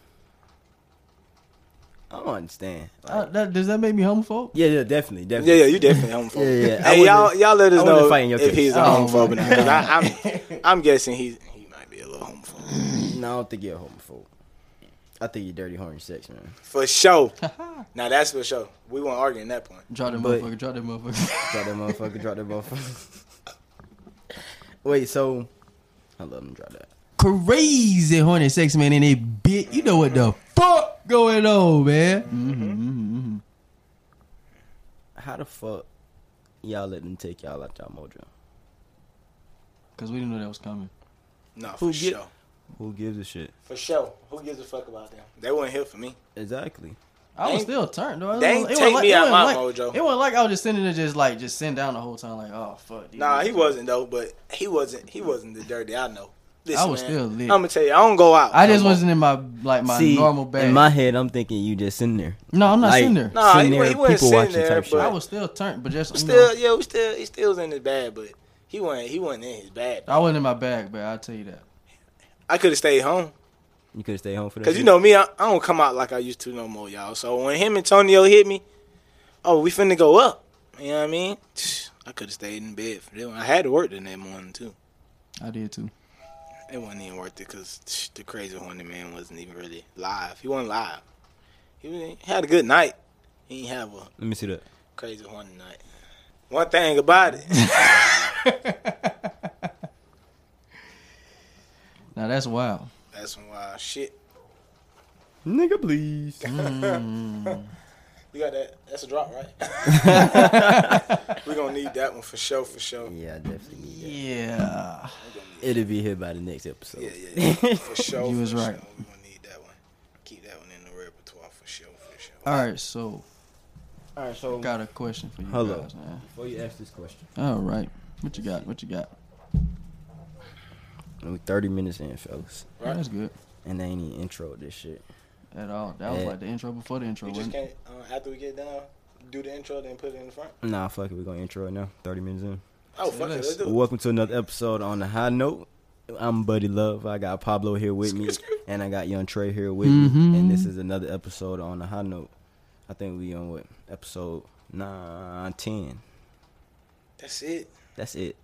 I don't understand. Like, Uh, that, does that make me homophobe? yeah, yeah, definitely, Yeah, definitely. yeah, you definitely homophobic. Yeah, yeah. I Hey, y'all, wasn't- y'all let us I wasn't know fighting your if case. he's a Oh, homophobe or my not. 'cause I, (laughs) I'm, I'm guessing he he might be a little homophobe No, I don't think you're a homophobe. I think you're dirty, horny sex, man. for (laughs) sure. now that's for sure. We won't argue in that point. Drop that But- motherfucker. Drop that motherfucker. Drop that motherfucker. drop that motherfucker. (laughs) Wait, so I love him. Drop that. Crazy horny sex man in a bit. You know what the fuck going on, man? Mm-hmm. How the fuck y'all let them take y'all out y'all mojo? Cause we didn't know that was coming. No, for Who get- sure. Who gives a shit? For sure. Who gives a fuck about them? They weren't here for me. Exactly. I was They- still turned though. It they ain't wasn't- it wasn't take me out it my wasn't like- mojo. It wasn't like I was just sitting there, just like just sitting down the whole time, like oh fuck. dude. Nah, he wasn't though, but he wasn't. He wasn't the dirty. I know. Listen, was still I'm lit. gonna tell you, I don't go out. I just no more. wasn't in my like my See, normal bag. in my head, I'm thinking you just sitting there. no, I'm not like- sitting there. No, Nah, sitting he, wa- he there, wasn't people sitting watching there, type shit. but I was still turned, but just you still, know, yeah, we still, he still was in his bag, but he wasn't. He wasn't in his bag. I wasn't in my bag, but I'll tell you that. I could have stayed home You could have stayed home for that. because you know me, I, I don't come out like I used to no more, y'all. So when him and Tonyo hit me, oh, we finna go up. You know what I mean? (sniffs) I could have stayed in bed for that one. I had to work the next morning too. I did too. It wasn't even worth it because (sniffs) the crazy horny man wasn't even really live. He wasn't live. He, was, he had a good night. He didn't have a Let me see that. crazy horny night. One thing about it, Now that's wild. that's some wild shit. Nigga, please. You got that? That's a drop, right? (laughs) We're gonna need that one for sure, for sure. yeah, I definitely need that. Yeah. It'll be here by the next episode. Yeah, yeah, (laughs) yeah. for sure. You was for right. Sure. We're gonna need that one. Keep that one in the repertoire for sure, for sure. All right, so All right, so got a question for you Hello. guys, man. before you ask this question, All Oh, right, what you got? What you got? we 30 minutes in, fellas, Right. That's good. and they ain't even intro this shit. At all. That was Yeah. like the intro before the intro. You just wasn't it? can't uh, after we get done, do the intro, then put it in the front. Nah, fuck it, we gonna intro it now. 30 minutes in. Oh fuck it, let's do it. Welcome to another episode on the high note. I'm Buddy Love. I got Pablo here with me, and I got Young Trey here with Mhm. me. And this is another episode on the high note. I think we on what episode nine, ten. That's it. That's it.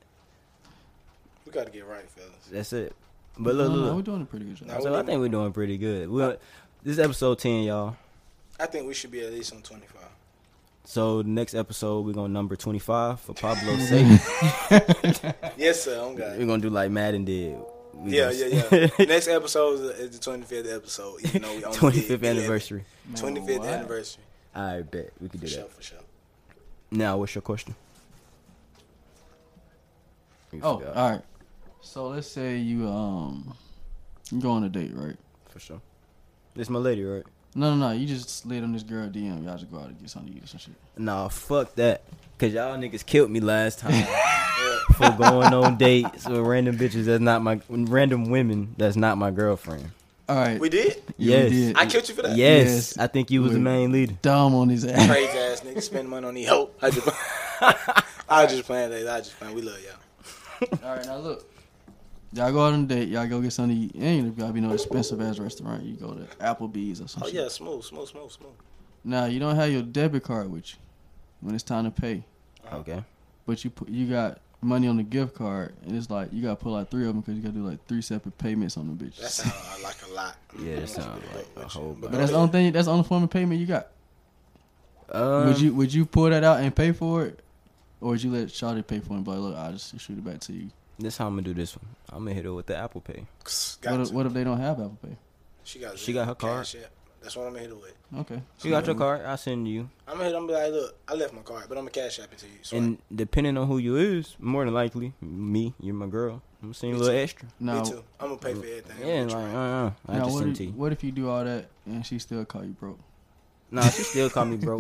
We gotta get right, fellas. That's it. But No, look, no, no, look. we're look. doing a pretty (laughs) good job. No. So I think we're doing pretty good. We're, this is episode ten, y'all. I think we should be at least on twenty five. So the next episode we're gonna number twenty five for (laughs) Pablo's sake. Yes, sir. I'm God. we're gonna do like Madden did. (laughs) We Yeah, gonna- yeah, (laughs) yeah. Next episode is the, is the 25th episode. Even though we only Twenty fifth did anniversary. 25th Wow. anniversary. I bet we could For do sure, that. for sure. Now, what's your question? You Oh, forgot, all right. So let's say you um you go on a date, right? for sure. This my lady, right? No, no, no. You just slid on this girl DM. Y'all just go out and get something to eat or some shit. Nah, fuck that. Cause y'all niggas killed me last time (laughs) for going on dates with random bitches. That's not my random women. That's not my girlfriend. All right. We did? You yes. did. I killed you for that? Yes, Yes. I think you was the Wait. main leader. Dumb on his ass. Crazy ass nigga spend money on these hoe. I just, (laughs) I was just playing that. I was just playing. We love y'all. Oh, all right, now (laughs) look. (laughs) Y'all go out on a date. Y'all go get something to eat. Ain't gotta be no expensive ass restaurant. You go to Applebee's or some Oh shit. yeah, smooth, smooth, smooth, smooth. Now you don't have your debit card with you when it's time to pay, (laughs) Okay. but you put you got money on the gift card, and it's like you gotta put like three of them because you gotta do like three separate payments on the bitch. That sounds uh, (laughs) like a lot. Yeah, that sounds like a whole But (laughs) bunch. but that's the only thing. That's the only form of payment you got. Um, would you would you pull that out and pay for it, or would you let Shawty pay for it? And be like, look, I will just shoot it back to you. This how I'm gonna do this one. I'm gonna hit her with the Apple Pay. Got what if, to. what if they don't have Apple Pay? She got. She got her card. Cash App. That's what I'm gonna hit her with. Okay, You got your card. I'll send you. I'm gonna hit. I'm gonna be like, look, I left my card, but I'm gonna cash app it to you. So And depending on who you is, more than likely, me, you're my girl. I'm seeing a Me little too. extra. Now, me too. I'm gonna pay for everything. Yeah, What like, you uh, want? uh, I now just what, sent if, to you. what if you do all that and she still call you broke? (laughs) Nah, she still call me bro.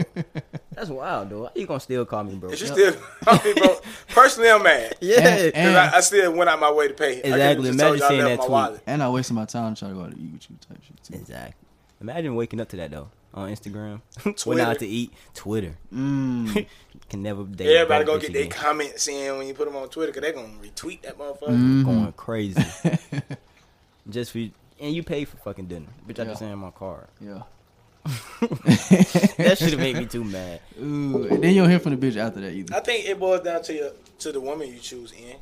That's wild, though. How you gonna still call me bro? If you still, (laughs) (laughs) bro, personally, I'm mad. Yeah, And- Cause I, I still went out my way to pay. I could've Exactly. just told Imagine you I seeing left that my tweet. wallet. And I wasted my time trying to go out to eat with you type shit too. exactly. Imagine waking up to that though on Instagram. Went Twitter. out to eat. Twitter Mm. can never date. Everybody go gonna get their comments in when you put them on Twitter, cause they gonna retweet that motherfucker. Mm-hmm. going crazy just for you. and you pay for fucking dinner. Bitch, I Yeah. just sent (laughs) my card. (laughs) (laughs) yeah. That should have made me too mad. Ooh, and then you don't hear from the bitch after that either. I think it boils down to your to the woman you choose in.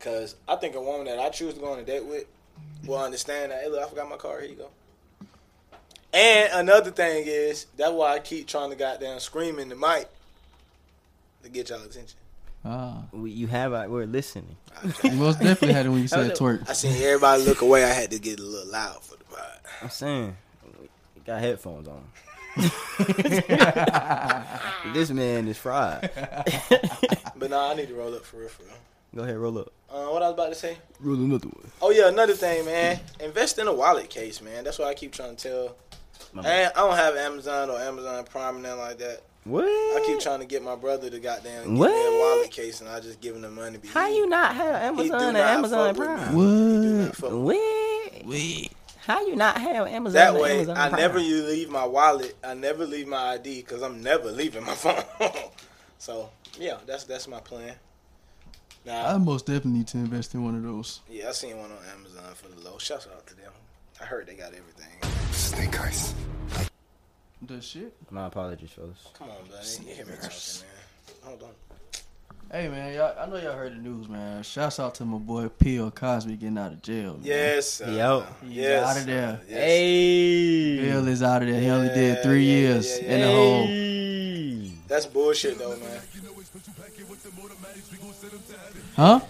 Cause I think a woman that I choose to go on a date with will understand that. Hey, look, I forgot my car. Here you go. And another thing is that's why I keep trying to goddamn scream in the mic to get y'all attention. Ah, We, you have out. We're listening. you (laughs) most definitely had it when you (laughs) said How's it- twerk. I seen everybody look away. I had to get a little loud for the pod. I'm saying, we got (laughs) headphones on. this man (laughs) is fried. But nah, I need to roll up for real, for real. Go ahead, roll up. Uh, what I was about to say. Roll another one. Oh yeah, another thing, man. Invest in a wallet case, man. That's what I keep trying to tell My bad. I, I don't have Amazon or Amazon Prime and nothing like that. What? I keep trying to get my brother to goddamn get What? me a wallet case, and I just give him the money. because How he- you not have he do Amazon and not Amazon fuck with me. Prime? He do not What? Mm. fuck with me. What? Wait. How you not have Amazon? That and way, Amazon I Prime? never you leave my wallet. I never leave my ID because I'm never leaving my (laughs) phone. so yeah, that's that's my plan. Now, Oh. I most definitely need to invest in one of those. yeah, I seen one on Amazon for the low. Shouts out to them. I heard they got everything. The shit. My apologies, fellas. Come on, buddy. You hear me talking, man? Hold on. Hey man, y'all, I know y'all heard the news, man. Shouts out to my boy P.L. Cosby getting out of jail. Man. Yes. sir. Yo. He's Yes. out of there. sir. Uh, Yes. Hey. Bill is out of there. He only did Yeah, three yeah, yeah, years yeah, in the yeah. hole. Hey. That's bullshit though, man. Huh?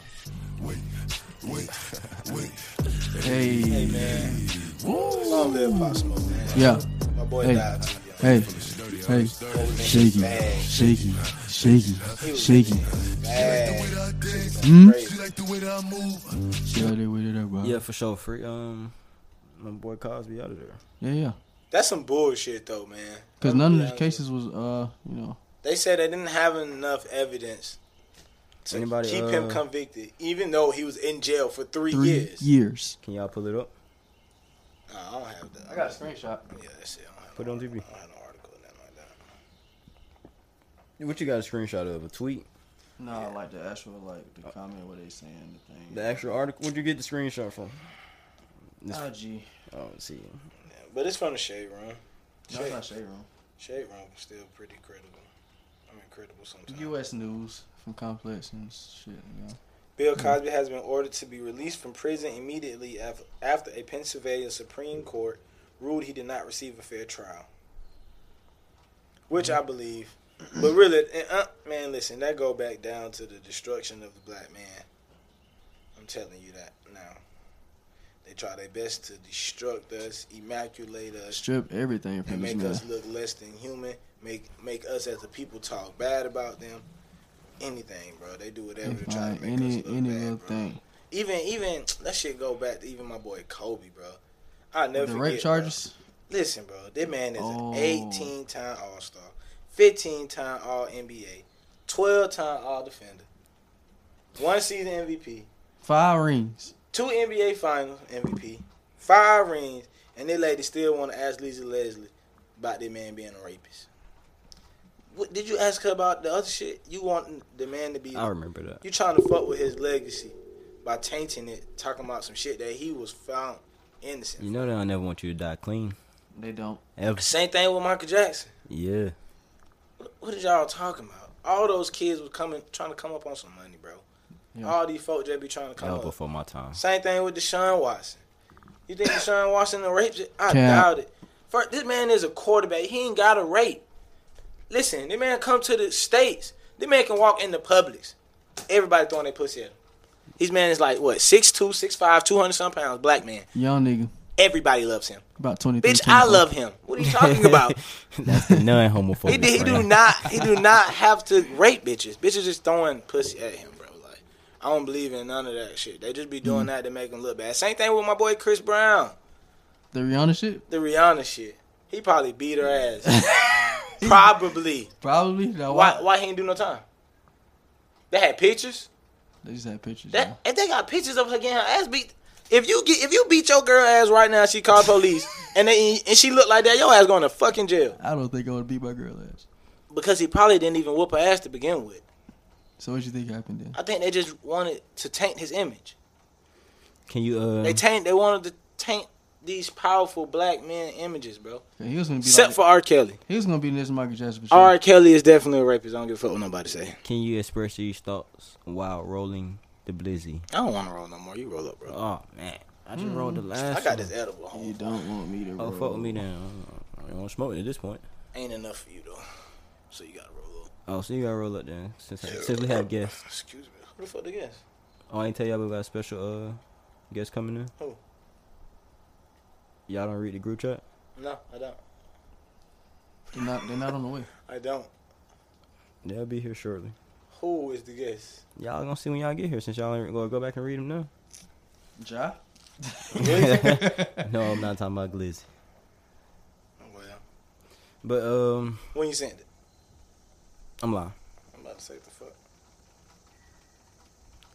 Hey. Long live Pop Smoke, man. Yeah. My boy Hey. died too young. Hey. Hey. Shaky. Shaky. Shaky. Shaky. Bad. Hmm? Crazy. Yeah, they with it up, bro. Yeah, for sure. Free. Um, my boy Cosby out of there. Yeah, yeah. That's some bullshit though, man. Because I'm none of glad the cases was, uh, you know. They said they didn't have enough evidence to Anybody, keep him uh, convicted, even though he was in jail for three, Three years. years. Can y'all pull it up? Nah, I don't have that. screenshot. Yeah, that's it. I don't have Put it on TV. I don't have no article or nothing like that. What you got a screenshot of? A tweet? No, like the actual, like Oh. the comment where they saying the thing. The actual article? Where'd you get the screenshot from? Oh, gee. Oh, see. Yeah, but it's from the shade room. No, it's not shade room. Shade room was still pretty critical. I mean, critical sometimes. U.S. news from Complex and shit. You know. Bill Cosby has been ordered to be released from prison immediately af- after a Pennsylvania Supreme Court ruled he did not receive a fair trial, which I believe. But really, and, uh, man, listen, that go back down to the destruction of the black man. I'm telling you that now. They try their best to destruct us, immaculate us, Strip everything from and this make man. us look less than human. Make make us as a people talk bad about them. Anything, bro. They do whatever They to try to find make any us look any bad, little bro. thing. Even even that shit go back to even my boy Kobe, bro. I never the forget, rape bro. charges. Listen, bro, that man is Oh. an 18 time All Star, 15 time All NBA, 12 time All Defender, one season MVP, Five rings. two NBA Finals MVP, five rings, and this lady still want to ask Lisa Leslie about that man being a rapist. What, did you ask her about the other shit? You want the man to be I remember that. you trying to fuck with his legacy by tainting it, talking about some shit that he was found innocent. You know they don't ever want you to die clean. They don't. Ever. Same thing with Michael Jackson. Yeah. What, what is y'all talking about? All those kids was coming, trying to come up on some money, bro. Yeah. All these folks just be trying to come Hell up. before my time. Same thing with Deshaun Watson. You think Deshaun Watson done raped it? I Cap. doubt it. First, this man is a quarterback. He ain't got a rape. Listen, this man come to the states. This man can walk in the Publix. Everybody throwing their pussy at him. His man is like what 6'2", 6'5", 200 some pounds, black man. Young nigga. Everybody loves him. About 23. Bitch, I love him. What are you (laughs) talking about? That's the non homophobic. he, did- he do not he do not have to rape bitches. Bitches just throwing pussy at him, bro. Like I don't believe in none of that shit. They just be doing that to make him look bad. Same thing with my boy Chris Brown. The Rihanna shit? The Rihanna shit. He probably beat her (laughs) ass. probably. Probably. Now, why? Why why he ain't do no time? They had pictures. They just had pictures. That and they got pictures of her getting her ass beat. If you get if you beat your girl ass right now, she called (laughs) police and they and she look like that, your ass going to fucking jail. yeah. I don't think I would beat my girl ass. because he probably didn't even whoop her ass to begin with. So what you think happened then? I think they just wanted to taint his image. Can you uh? They taint. They wanted to taint these powerful black men images, bro. 'Cause He was gonna be Except like, for R. Kelly. he was gonna be this Michael Jackson. for R. sure. Kelly is definitely a rapist. I don't give a fuck what nobody say. Can you express these thoughts while rolling the blizzy? I don't want to roll no more. You roll up, bro. Oh man, Hmm. I just rolled the last. I got this one. edible. You Home. don't want me to. Oh roll. fuck with me then. I don't smoke at this point. Ain't enough for you though, so you gotta roll up. Oh, so you gotta roll up then since since we have guests. Excuse me. Who the fuck the guess? Oh, I ain't tell y'all we got a special uh guest coming in. Who? Y'all don't read the group chat. No, I don't. They're not. They're not on the way. I don't. They'll be here shortly. Who is the guest? Y'all gonna see when y'all get here since y'all ain't gonna go back and read them now. Ja. Really? (laughs) Oh, no, I'm not talking about glizzy. But um, When you sent it? I'm lying. I'm about to say what the fuck.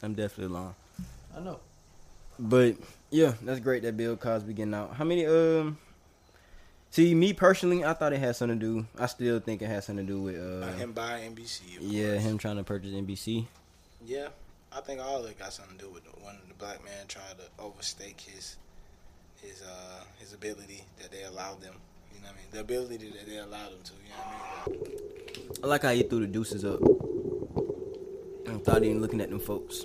I'm definitely lying. I know. But yeah, that's great that Bill Cosby getting out. How many um? See, me personally, I thought it had something to do. I still think it has something to do with uh, By him buying NBC. of yeah, course. him trying to purchase NBC. Yeah, I think all of it got something to do with when the black man tried to overstake his his uh his ability that they allowed them. You know what I mean? The ability that they allowed them to. You know what I mean? I like how he threw the deuces up. I thought even looking at them folks.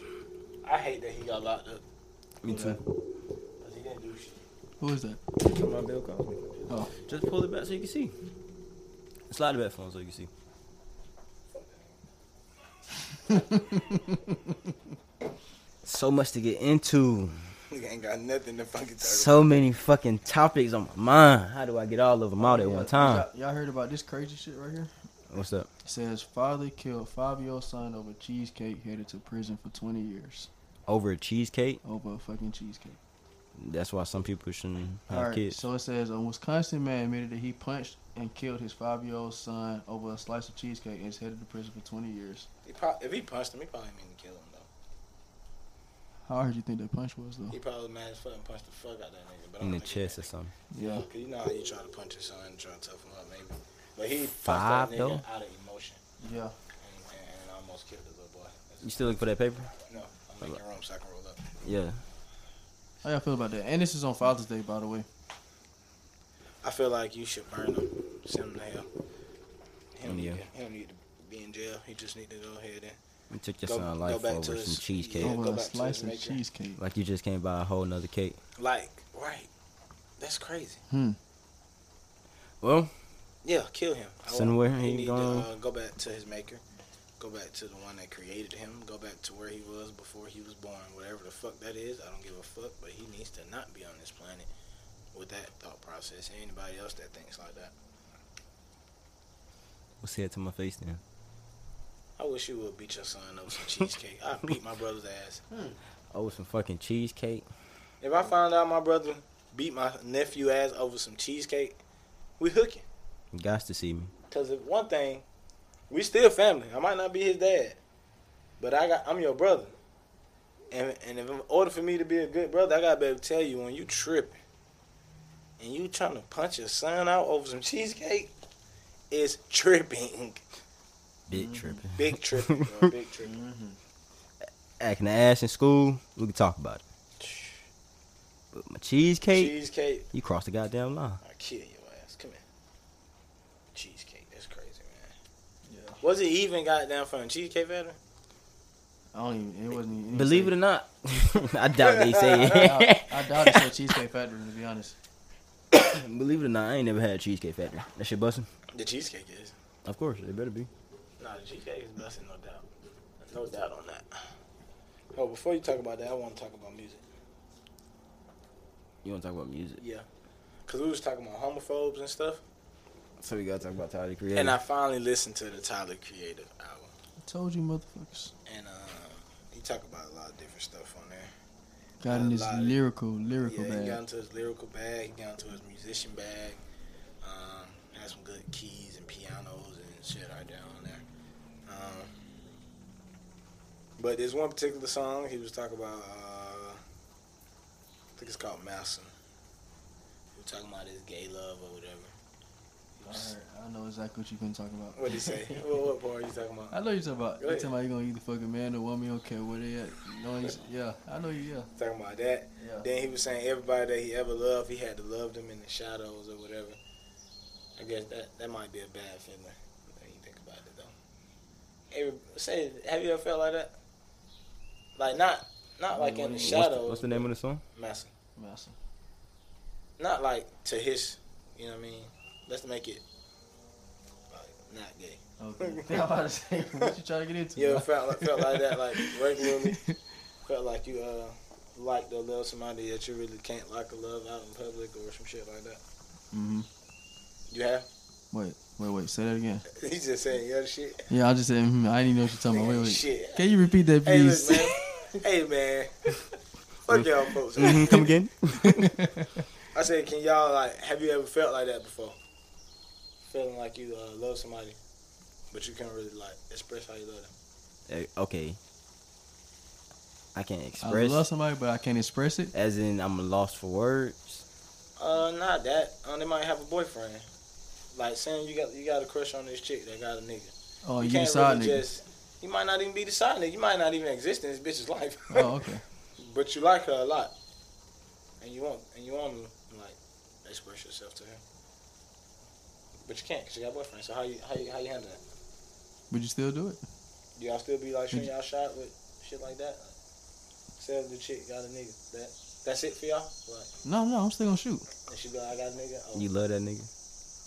I hate that he got locked up Me too. because he didn't do (laughs) shit. Who is that? Come on, Bill Cosby. Oh. Just pull it back so you can see. Slide it back phone so you can see. (laughs) so much to get into. Nigga ain't got nothing to fucking talk So many fucking topics on my mind. How do I get all of them out at one time? Y'all, y'all heard about this crazy shit right here? What's up? It says father killed five-year-old son over cheesecake headed to prison for 20 years Over a cheesecake? over a fucking cheesecake. That's why some people shouldn't have All right. kids. So it says a Wisconsin man admitted that he punched and killed his five-year-old son over a slice of cheesecake and is headed to prison for 20 years. He prob- if he punched him, he probably mean to kill him though. How hard do you think that punch was, though? He probably mad as fuck and punched the fuck out that nigga. But I In the don't think chest or something. Yeah. Cause you know how you try to punch your son, try to tough him up maybe. But he punched Five, that though? nigga out of emotion Yeah. and, and, and almost killed the little boy. You still looking for that paper? No, I'm making room so I can roll up. Yeah. How y'all feel about that? And this is on Father's Day, by the way. I feel like you should burn him, send him to hell. He don't, Yeah. need to, he don't need to be in jail. He just need to go ahead and You took your Go- son go life back over to some his- cheesecake. Yeah, over go a back to slice his of nature. cheesecake. Like you just can't buy a whole nother cake. like right. That's crazy. Well, Yeah, kill him. I Send him want- where he need gone. to uh, go back to his maker. Go back to the one that created him. Go back to where he was before he was born. Whatever the fuck that is, I don't give a fuck. But he needs to not be on this planet with that thought process. Anybody else that thinks like that, what's head to my face then? I wish you would beat your son up with (laughs) some cheesecake. I beat my brother's ass. Oh, some fucking cheesecake. If I find out my brother beat my nephew ass over some cheesecake, we hooking. You Gots to see me. Cause if one thing, we still family. I might not be his dad, but I got I'm your brother. And and if in order for me to be a good brother, I gotta be able to tell you when you tripping and you trying to punch your son out over some cheesecake, it's tripping. (laughs) Bit tripping. Big tripping, bro. Big (laughs) tripping. Mm-hmm. Acting the ass in school, we can talk about it. But my cheesecake, Cheesecake, you crossed the goddamn line. I kill your ass. Come here. Cheesecake, that's crazy, man. Yeah. Was it even goddamn fun? Cheesecake veteran? I don't even. It wasn't even. Believe it or not, (laughs) I doubt they say I, (laughs) it. I doubt it's a cheesecake factory, to be honest. (laughs) Believe it or not, I ain't never had a cheesecake factory. That shit busting. The cheesecake is. Of course, it better be. Nah, the cheesecake is busting, no doubt. No doubt on that. Oh, before you talk about that, I want to talk about music. You want to talk about music? Yeah. Because we was talking about homophobes and stuff. So we gotta talk about Tyler the Creator. And I finally listened to the Tyler Creative album. I told you, motherfuckers. And uh, he talk about a lot of different stuff on there. Got in this Lot of- lyrical, lyrical Yeah, he got bag. into his lyrical bag. He got into his musician bag. Um, had some good keys and pianos and shit right there on there. Um, but there's one particular song he was talking about. Uh, I think it's called Masson. He was talking about his gay love or whatever. I heard- I know exactly what you've been talking about. What did he say? what, what part are you talking about? (laughs) I know you talking about. You Go ahead. talking about you gonna eat the fucking man or woman? Don't care where they at. You know you- yeah, I know you. Yeah, Talking about that. yeah. Then he was saying everybody that he ever loved, he had to love them in the shadows or whatever. I guess that that might be a bad feeling. When you think about it though. Every, say, have you ever felt like that? Like not not like in the What's the- shadows. What's the name of the (laughs) song? Massa. Massive. Not like to his. You know what I mean? Let's make it like not gay. Okay. (laughs) I'm about to say what you trying to get into. You ever bro? felt like felt like (laughs) that? Like regularly felt like you uh liked or loved somebody that you really can't like or love out in public or some shit like that. Mhm. You have. (laughs) Wait, wait, wait. Say that again. He's just saying other shit. Yeah, I just said. mhm, I didn't even know what you're talking about. Wait, wait. Shit. Can you repeat that, Hey, please? look, man. hey, (laughs) man. Fuck y'all folks. Mm-hmm. Mhm, Come again? (laughs) I said, can y'all like? Have you ever felt like that before? Feel feeling like you uh, love somebody, but you can't really like express how you love them. Eh, Okay. I can't I express love somebody, but I can't express it. as in I'm lost for words. Uh, not that. Um, they might have a boyfriend. Like saying you got you got a crush on this chick that got a nigga. Oh, you, decide, nigga. just. You might not even be the side nigga. You might not even exist in this bitch's life. Oh, okay. (laughs) but you like her a lot, and you want and you want to like express yourself to her. But you can't because you got a boyfriend. So how you how you how you handle that? Would you still do it? Do y'all still be like Mm. shooting y'all shot with shit like that? Say the chick got a nigga. That that's it for y'all? Like No, no, I'm still gonna shoot. and she be like, I got a nigga. Oh, You love that nigga.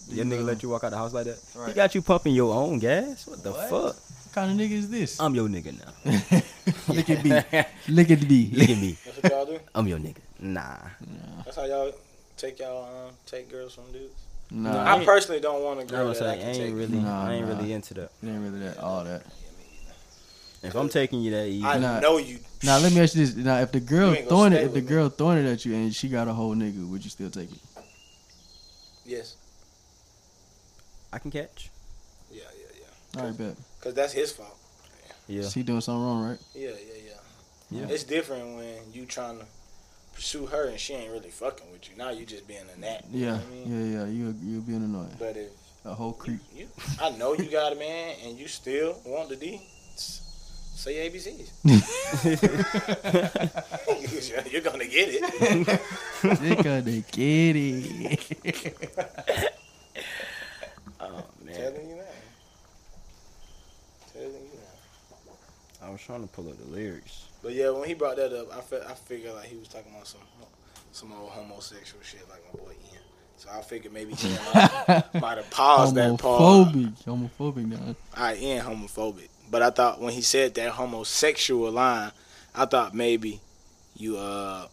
Your You nigga love- let you walk out the house like that. He Right. got you pumping your own gas. What the What? fuck? What kind of nigga is this? I'm your nigga now. (laughs) Look at me. Look at me. Uh, (laughs) Look at me. That's what y'all do? I'm your nigga. Nah. That's how y'all take y'all um, take girls from dudes. Nah, Nah, I I personally don't want a I girl was that I like, I can ain't take. really, Nah, I ain't nah. really into that. it ain't really that all that. If I'm taking you that easy, I Nah. know you. Now let me ask you this: Now, if the girl You ain't gonna throwing it, stay if the with me. girl throwing it at you and she got a whole nigga, would you still take it? Yes. I can catch. Yeah, yeah, yeah. All right, bet. Cause that's his fault. (laughs) Yeah. (laughs) She doing something wrong, right? Yeah, yeah, yeah. Yeah. It's different when you trying to pursue her and she ain't really fucking with you. Now you just being a gnat. You know Yeah, what I mean? yeah, yeah. You you being annoying. But if A whole creep. you, you, I know you got a man and you still want the D, s- say ABCs. (laughs) You're gonna get it. Nigga, they get it. Oh Telling you now. Telling you now. I was trying to pull up the lyrics. But yeah, when he brought that up, I fe- I figured like he was talking about some some old homosexual shit like my boy Ian. So I figured maybe Ian (laughs) might, (laughs) might have paused that pause. homophobic, homophobic. Now I am homophobic. But I thought when he said that homosexual line, I thought maybe you uh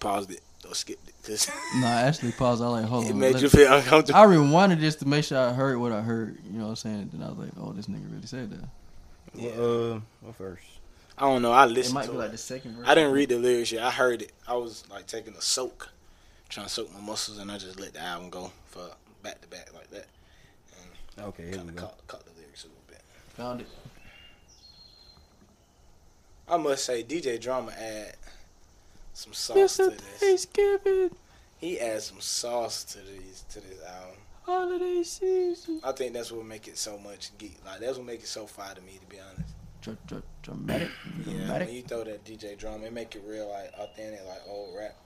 paused it or skipped it because Nah, I actually pause. I like hold it on. made let- you feel uncomfortable. I rewinded just to make sure I heard what I heard. You know what I'm saying? Then I was like, oh, this nigga really said that. Yeah. Well, uh, what verse? I don't know. I listened to it. the second verse. I didn't read the lyrics yet. I heard it. I was like taking a soak, trying to soak my muscles, and I just let the album go for back to back like that. Okay, here Kind we of go. caught, caught the lyrics a little bit. Found it. I must say, DJ Drama add some sauce to Mr. this. Thanksgiving, He adds some sauce to these to this album. holiday season. I think that's what make it so much geek. Like that's what make it so fire to me, to be honest. (laughs) Dr- dr- dramatic, Yeah, when dramatic. you throw that DJ Drama, it make it real like authentic, like old rap.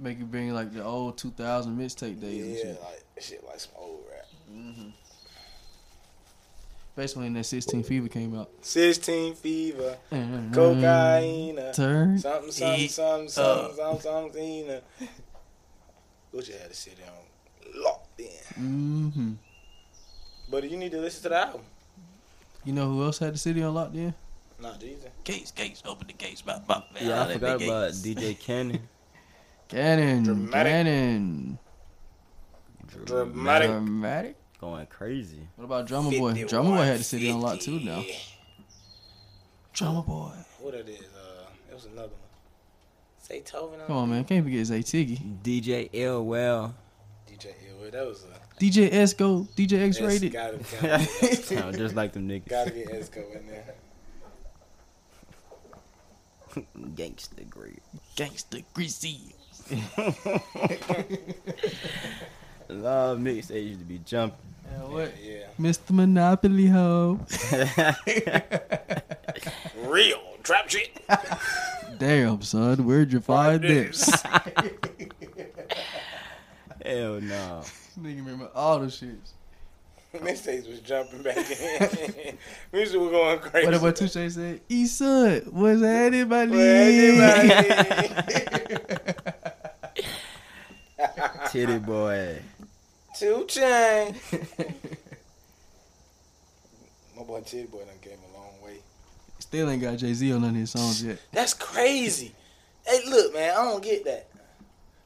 Make it bring like the old 2000 mixtape days and Yeah, shit. like shit, like some old rap. Basically, when that 16 Fever came out. Sixteen Fever, Mm. Cocaine. uh, Turn. Something, something, Eat something, up. something, something, something. uh, Gucci had to sit down locked in. Mm-hmm. But you need to listen to the album. You know who else had the city unlocked then? Not Jesus. Gates, gates, open the gates, bop, bop. Yeah, I Holiday forgot gates. about DJ Cannon. (laughs) Cannon. Dramatic. Cannon. Dramatic. Dramatic. Going crazy. What about Drummer Boy? Drummer Boy had the city unlocked too now. 51, 50. Drummer Boy. What it is? Uh, it was another one. Say Tovin Come on, man. Can't forget Zay Tiggy. DJ L. (laughs) Well. DJ Ill. That was a. DJ Esco. DJ X That's Rated. gotta, gotta, Sound just like them gotta niggas. get Esco in (laughs) there. Gangsta great. Gangsta greasy. A lot of mixtapes used to be jumping. (laughs) Yeah, what? Yeah. Mr. Monopoly Ho. Real trap shit. Damn, son. Where'd you find this? Hell no. (laughs) Nigga remember all the shit. Mixtapes was jumping back in. (laughs) Music was going crazy. What about Touche said? E son, was that anybody? (laughs) Well, (laughs) anybody- (laughs) (laughs) Titty boy. Two chain. My boy Tid Boy done came a long way. Still ain't got Jay Z on none of his songs yet. That's crazy. hey, look, man, I don't get that.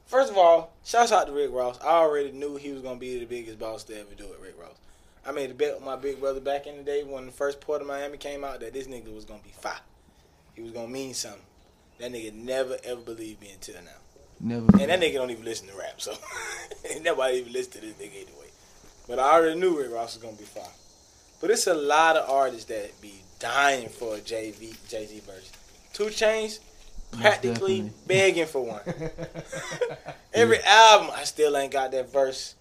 First of all, shouts out to Rick Ross. I already knew he was gonna be the biggest boss to ever do it, Rick Ross. I made a bet with my big brother back in the day when the first Port of Miami came out that this nigga was gonna be fire. He was gonna mean something. That nigga never ever believed me until now. Never. (laughs) And that nigga don't even listen to rap, so nobody even listen to this nigga anyway. But I already knew Rick Ross was gonna be fire. But it's a lot of artists that be dying for a JV Jay Z version. Two Chains practically definitely. begging for one. Every album, I still ain't got that verse.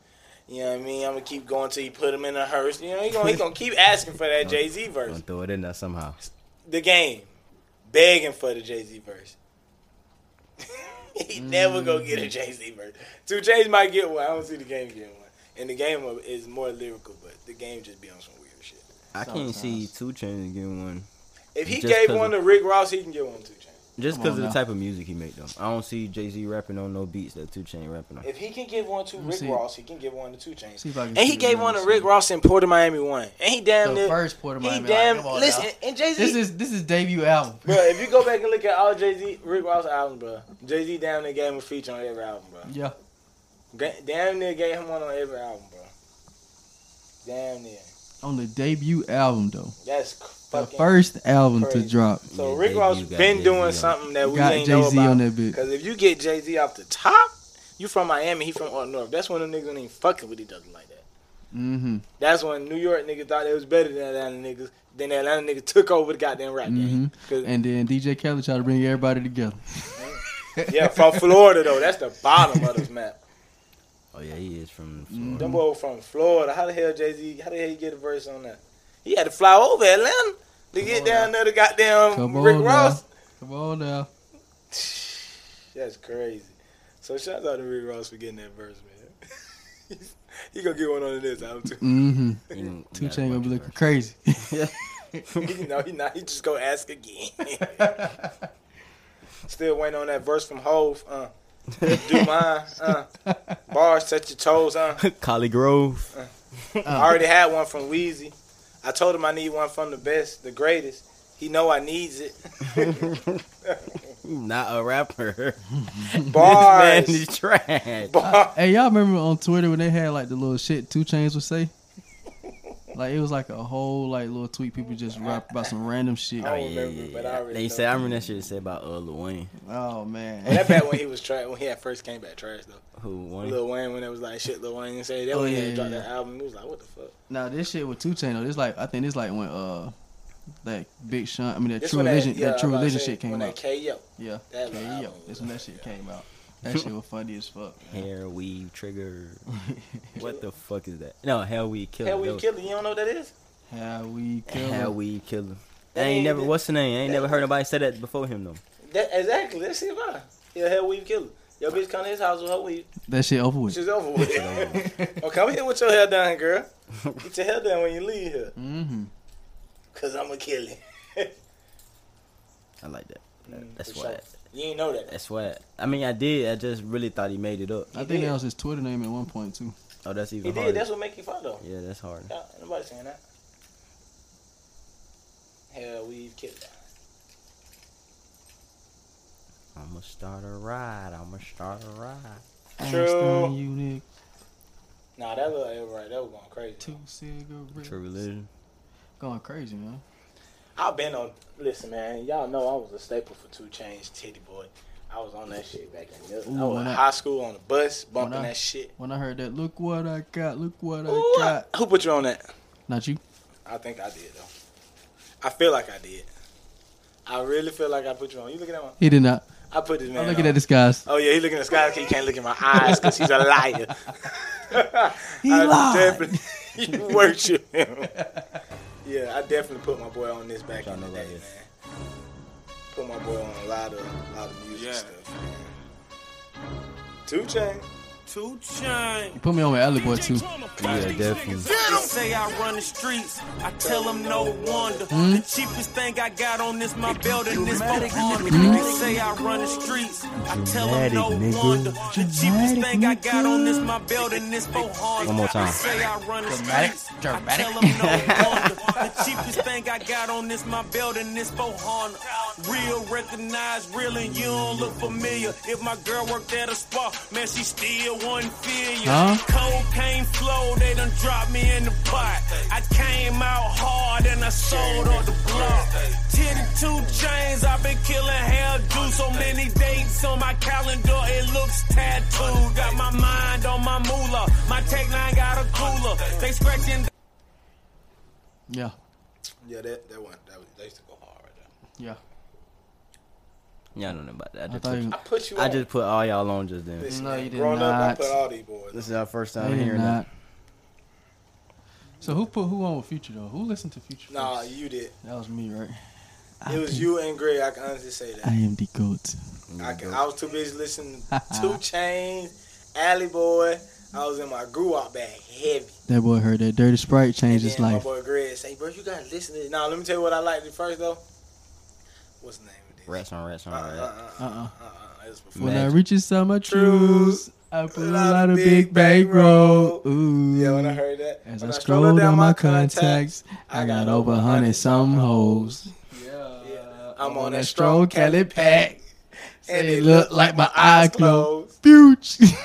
You know what I mean? I'm gonna keep going till you put him in a hearse. You know he gonna he gonna keep asking for that Jay Z verse Gonna throw it in there somehow. the game, begging for the Jay Z verse. (laughs) he never gonna get a Mm. Jay Z verse. Two Chains might get one. I don't see the game getting one. And the game of- is more lyrical, but the game just be on some weird shit. I can't see Sometimes. Two Chainz getting one. If he Just gave 'cause one of- to Rick Ross, he can get one to Two Chains. Just Come because on of the now. type of music he make, though. I don't see Jay Z rapping on no beats that Two Chain rapping on. If he can give one to Let me Rick see. Ross, he can give one to Two Chains. See if I And can see he the gave real one to shit. Rick Ross in Port of Miami one. And he damn The near, first Port of he Miami. damn like, come on listen. now. And Jay Z, This is this is debut album. bro. If you go back and look at all Jay Z, Rick Ross albums, bro, Jay Z damn near gave him a feature on every album, bro. yeah. Ga- Damn near gave him one on every album, bro. Damn near. On the debut album though. That's c- The fucking. first album to crazy. drop. so Yeah, Rick Jay-Z Ross got been Jay-Z doing on. something that we Got ain't Jay Z know about. on that bitch. Cause if you get Jay Z off the top, you from Miami, he from up north. That's when the niggas ain't fucking with each other like that. Mm-hmm. That's when New York niggas thought it was better than Atlanta niggas. Then the Atlanta niggas took over the goddamn rap game. 'Cause- Mm-hmm. And then DJ Kelly tried to bring everybody together. Mm-hmm. yeah, from Florida though, that's the bottom (laughs) of this map. Oh yeah, he is Mm. from Florida. Them boy from Florida. How the hell Jay Z? How the hell he get a verse on that? He had to fly over Atlanta to get on down there to goddamn Come Rick on Ross. now. Come on now. (sighs) That's crazy. So shout out to Rick Ross for getting that verse, man. (laughs) he gonna get one on this album too. (laughs) Mm-hmm. He- he Two got a Chain gonna bunch be of looking verses. crazy. he, no, he not. He just gonna ask (laughs) again. That's Still waiting on that verse from Hove. Uh, do mine. Uh, bars touch your toes. Uh, (laughs) (laughs) Collie Grove. I already had one from Wheezy. I told him I need one from the best, the greatest. He know I needs (laughs) it. Not a rapper. Bars. (laughs) (laughs) This man is trash. Bars. (laughs) Hey, y'all remember on Twitter when they had like the little shit Two Chains would say? Like it was like a whole like little tweet people just rap about some random shit. I don't remember, but I already They know. said I remember that shit they said about uh, Lil Wayne, Oh And man. that back when (laughs) he was trash, when he had first came back trash though. who won. Lil Wayne when it was like shit Lil Wayne said that Oh, when he yeah, had yeah, dropped yeah. that album, he was like, What the fuck? Now this shit with Two Chain though, this like I think this like when uh that Big Sean I mean that This True when Religion yeah, that True I'm about to Religion say, shit when came out. That KO. Yeah. That Yeah, album yo, was- that's when that shit came out. (laughs) That shit was funny as fuck. Hair weave (laughs) trigger. what the fuck is that? No, hell weave killer. Hell we That was- killer, you don't know what that is? How we kill Hell him. weave killer. I That ain't ain't never. it. What's the name? I ain't That- never heard nobody say that before (laughs) him though. That exactly, that's his vibe. Yeah, hell we killer. Your bitch come to his house with her weed. That shit over with. She's over (laughs) with. oh, come here with your hair down, girl. Get your hair down when you leave here. Mm-hmm. Cause I'ma kill it. I like that. Mm, That's for why. sure. You ain't know that. That's why. I mean, I did. I just really thought he made it up. I think did. that was his Twitter name at one point too. Oh, that's He even harder. did, that's what make you fun though. yeah, that's hard. Yeah, ain't nobody saying that. Hell we've killed I'ma start a ride. I'ma start a ride. True. Einstein Unit, Nah, that look it right, that was going crazy. two cigarettes. True religion. Going crazy, man. I've been on. Listen, man, y'all know I was a staple for Two Chains, Titty Boy. I was on that shit back in the Ooh, I was when in I- high school on the bus bumping when I- that shit. When I heard that, look what I got, look what Ooh, I I- got. who put you on that? Not you. I think I did though. I feel like I did. I really feel like I put you on. You looking at my? He did not. I put this man. I'm looking on. at this guy's. Oh yeah, he looking at the sky. He can't look in my eyes because he's a liar. (laughs) He I lied. definitely (laughs) worship him. Yeah, I definitely put my boy on this back Y'all in the know day, about man. this. Put my boy on a lot of a lot of music Yeah. stuff. Man. Two chain. Two chain. Put me on with Alley Boy too. Yeah, definitely. They say I run the streets. I tell them no wonder. Hmm? The cheapest thing I got on this my belt and this phone. Hmm? They say I run the streets. I tell them no Dramatic, nigga. wonder. The cheapest thing I got on this my belt and this phone. One more time. They say I run the Dramatic, streets. I dramatic. tell 'em no wonder. The cheapest thing I got on this my belt and this phone. Real, recognized, real, and you don't look familiar. If my girl worked at a spa, man, she still one fear you. Huh? Cocaine flow, they done dropped me in the pot. I came out hard and I sold on the block. Ten and two chains, I've been killing hell do so many dates on my calendar, it looks tattooed. Got my mind on my moolah, my tech nine got a cooler. They scratching Yeah, Yeah, that that one that, was, that used to go hard right there. yeah. Y'all don't know about that. I I just, thought put, you. I put you. I on. just put all y'all on just then. Listen, No, you did growing up, I not. put all these boys. This is our first I time did hearing that. not. So who put who on with Future though? Who listened to Future? Nah, first? you did. that was me, right? It was you and Greg. I can honestly say that. I am the goat. I, can, I was too busy listening to (laughs) Two Chains, Alley Boy. I was in my grew up bag heavy. That boy heard that dirty sprite And changed his then my life. boy Greg say, bro, you gotta listen to this. Now let me tell you what I liked at first though. What's the name of this? Rats on rats on Uh uh rats. uh uh Uh-uh. uh. uh, It was before. When I Magic. reach inside my Trues, truths, I put a lot of big bankroll. Ooh. Yeah, when I heard that. As when I scrolled scroll down my contacts, I I got got over over hundred 100 some some hoes. Yeah. uh, I'm on that strong Cali pack. And it looked like my eyes closed. (laughs) Future. And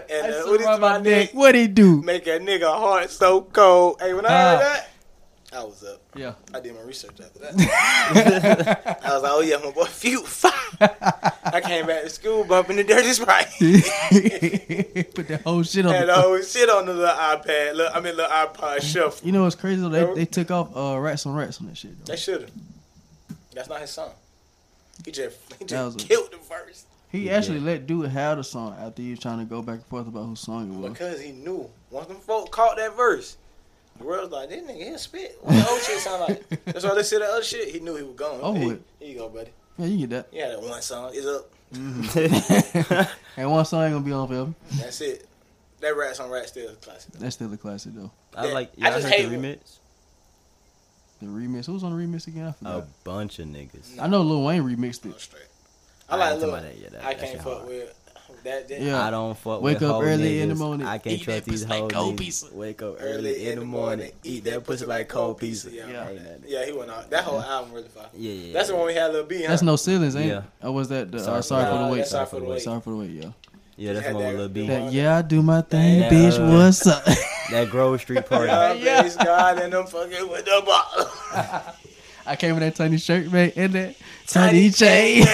And, I uh, said what he around do my my neck. neck? What he (laughs) do? Make a nigga heart so cold. Hey, when I Ah. heard that, I was up. Yeah. I did my research after that. (laughs) I was like, oh yeah, my boy, few fire. I came back to school bumping the dirty sprite. (laughs) Put that whole shit on. Had The the whole shit on the little iPad. Look, I mean, little iPod shuffle. (laughs) you know what's crazy though? They, Nope. they took off uh, rats on rats on that shit. Though. They should have. That's not his song. He just, he That was just a- killed the verse He actually let dude have the song after he was trying to go back and forth about whose song it was. because he knew once them folk caught that verse, the world was like, this nigga, he'll spit. What the old shit sound like? That's why they said the other shit. He knew he was gone. Oh, Hey, it- here you go, buddy. Yeah, you get that. You had that one song. It's up. uh, (laughs) And one song ain't gonna be on forever. That's it. That Rats on Rats still a classic. That's still a classic though. I like. I Y'all just heard hate the it. remix? The remix. Who's on the remix again? I forgot. A bunch of niggas. I know Lil Wayne remixed No it. straight. I I like ain't talking little. about that yet. That- I that can't shit fuck hard. with that. that Yeah. I don't fuck Wake with up hoe early in the niggas. morning, I can't eat trust that these pussy like hoes. cold niggas. pizza. Wake up early in the morning, eat that pussy like cold pizza. Yeah. Yeah. Ain't nothing. Yeah, he went out. That whole album really fire. Yeah, yeah. That's the one we had Lil B. Huh? That's no ceilings, ain't Yeah. it? Or was that the, uh, Sorry for sorry the for the Wait. wait? That's Sorry for the wait. Sorry for the wait, yeah. yeah, that's had the one that- (laughs) with Lil B. That, yeah, I do my thing, That, bitch. uh, what's up? (laughs) That (laughs) Grove Street party. Yeah, Yeah. praise God and them fucking with the bottle. I came in that tiny shirt, man, and that (laughs) tiny chain.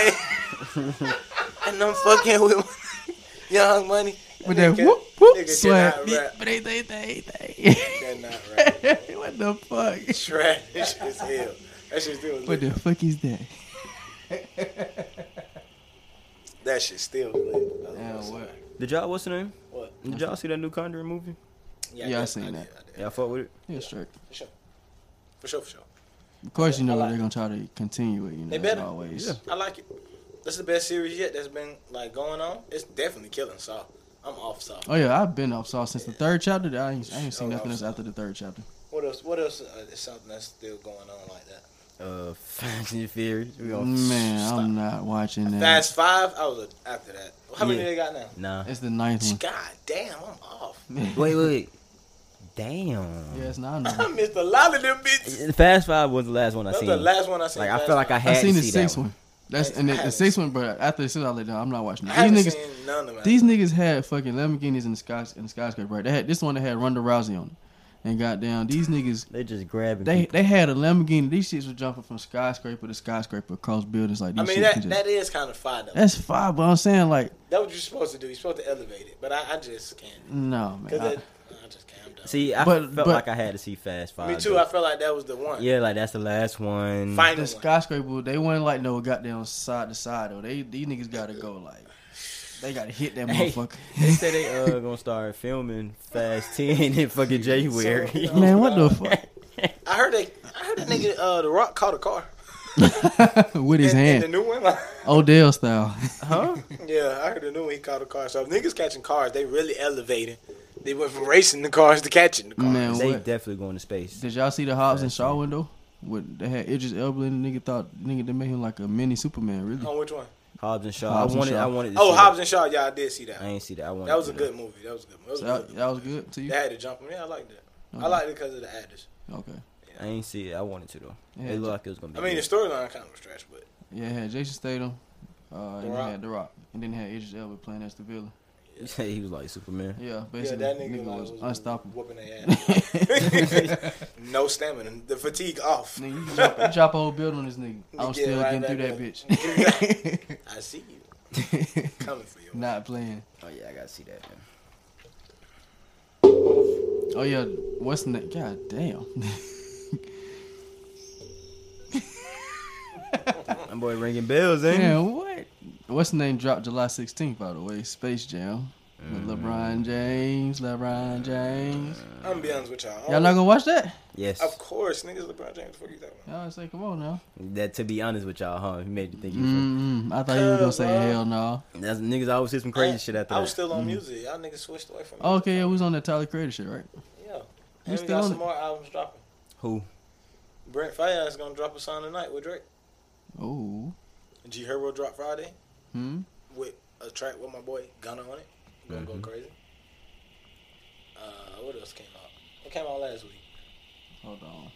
and them fucking with Young Money. (laughs) With that Nigga- whoop whoop nigga swag. cannot rap. But they, they, they, they. (laughs) Cannot rap. What the fuck? Trash as hell. That shit still. What lit. the fuck is that? That shit still. lit. I love that song. Did y'all what's the name? What? Did y'all see that new Conjuring movie? Yeah, I did- seen did, that. I did. Y'all fuck with it? Yeah, sure. For sure. For sure. For sure. Of course, you know I like they're gonna try to continue it. You know, They as better. always. I like it. That's the best series yet that's been like going on. It's definitely killing Saw. I'm off Saw. Oh yeah, I've been off Saw since the third chapter. I ain't, I ain't seen Oh, nothing else Saw. after the third chapter. What else? What else uh, is something that's still going on like that? Uh, (laughs) Fast and Furious. We gonna Man, stop. I'm not watching that. Fast Five. I was a, after that. How many Yeah. they got now? (laughs) nah. It's the (laughs) ninth one. God damn, I'm off. (laughs) Wait, wait. Damn. Yeah, it's nine. I missed a lot of them bitches. Fast Five was the last one I That's seen. the last one I seen. like I Fast feel like I Five. had I seen to the see sixth that one. one. That's and the, the sixth one, but after the sixth, I let down. I'm not watching. I That. haven't These niggas, seen none of them. these niggas had fucking Lamborghinis in the sky in the skyscraper. Right? They had this one that had Ronda Rousey on it, and goddamn, these niggas They just grabbing. they people. they had a Lamborghini. These shits were jumping from skyscraper to skyscraper across buildings like I these. mean shits that can just, that is kind of fire though. that's fine, but I'm saying like That's what you're supposed to do. You're supposed to elevate it, but I, I just can't. no Cause man. that, I, I just can't. I'm done. See, I But- but- felt like I had to see Fast Five. me too. though. I felt like that was the one. yeah, like that's the last one. Final the one. skyscraper they weren't like no goddamn side to side though. They these niggas gotta go like they gotta hit that Hey. motherfucker. (laughs) (laughs) They said they uh gonna start filming Fast (laughs) Ten in (laughs) fucking January. (laughs) So, you Man, what (laughs) the fuck? I heard they. I heard that nigga uh, The Rock caught a car. (laughs) With his And- and hand, the new one. (laughs) Odell style. huh? yeah, I heard the new one. He caught a car. So if niggas catching cars, they really elevating. They went from racing the cars to catching the cars. Man, They what? definitely going to space. Did y'all see the Hobbs and Shaw window? What they had Idris Elba and the nigga thought nigga they made him like a mini Superman. Really, On which one? Hobbs and Shaw. Hobbs I and wanted. Shaw. I wanted. To Oh, see Hobbs and Shaw. Yeah, I did see that. that. I ain't see that. I wanted. That was to a see good movie. That was a good. That was a So good. that, movie. that was good to They you. had to jump him. Yeah, I like that. I Okay. like it because of the actors. Okay, I ain't see it. I wanted to though. Yeah, it looked like it was gonna be. I mean, the good. storyline kind of was trash, but yeah, it had Jason Statham, uh, and then it Rock. had The Rock, and then it had Idris Elba playing as the villain. yeah, You say (laughs) he was like Superman. Yeah, Yeah, basically, that nigga, nigga, like, was, was (laughs) unstoppable. Whooping their ass. (laughs) no stamina. The fatigue off. Nigga, you can drop, you drop a whole building on this nigga. I'm Yeah, still right getting through back that bitch. (laughs) (laughs) I see you. Coming for you. Not playing. Oh yeah, I gotta see that. Man. Oh yeah, what's the name? God damn. My boy ringing bells, ain't he? Man, what? What's the name? Dropped July 16th, by the way. Space Jam with Mm. LeBron James. LeBron James. I'm gonna be honest with y'all. Oh, Y'all not gonna watch that? Yes. Of course, niggas LeBron James. Fuck you that one. Y'all say, come on now. That to be honest with y'all, huh? He made you think you. mm I thought you were gonna say Cause, uh, hell no. That's niggas always say some crazy shit I after that. Mm-hmm. was still on music. Y'all niggas switched away from me. Okay, yeah, we was on that Tyler Creator shit, right? Yeah. You And we still got on some it? more albums dropping. Who? Brent Fayez is gonna drop a song tonight with Drake. Oh. G Herbo drop Friday Hmm. with a track with my boy Gunna on it. You gonna Mhm. go crazy. Uh, what else came out? What came out last week? Hold on.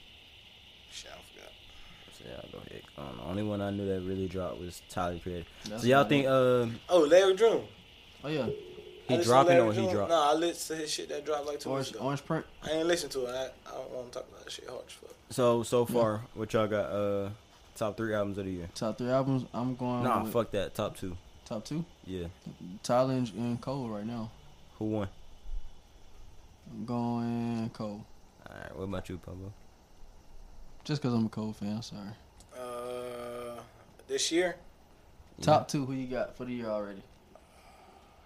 Shit, I forgot. So, yeah, I'll go ahead. I don't know. Only one I knew that really dropped was Tyler Creator. That's so y'all the think uh Oh, Larry Drew. Oh yeah. he dropping or he dropped? No, I listened to his shit that dropped like two Orange weeks ago. Orange Print. I ain't listened to it. I, I don't want to talk about that shit hard as fuck. So so far, what y'all got? Uh, top three albums of the year. Top three albums. I'm going Nah, with fuck that. Top two. top two. Yeah. Tyler and- and Cole right now. Who won? I'm going Cole. All right. What about you, Pablo? Just because I'm a Cole fan, sorry. Uh, this year, Yeah. Top two, who you got for the year already?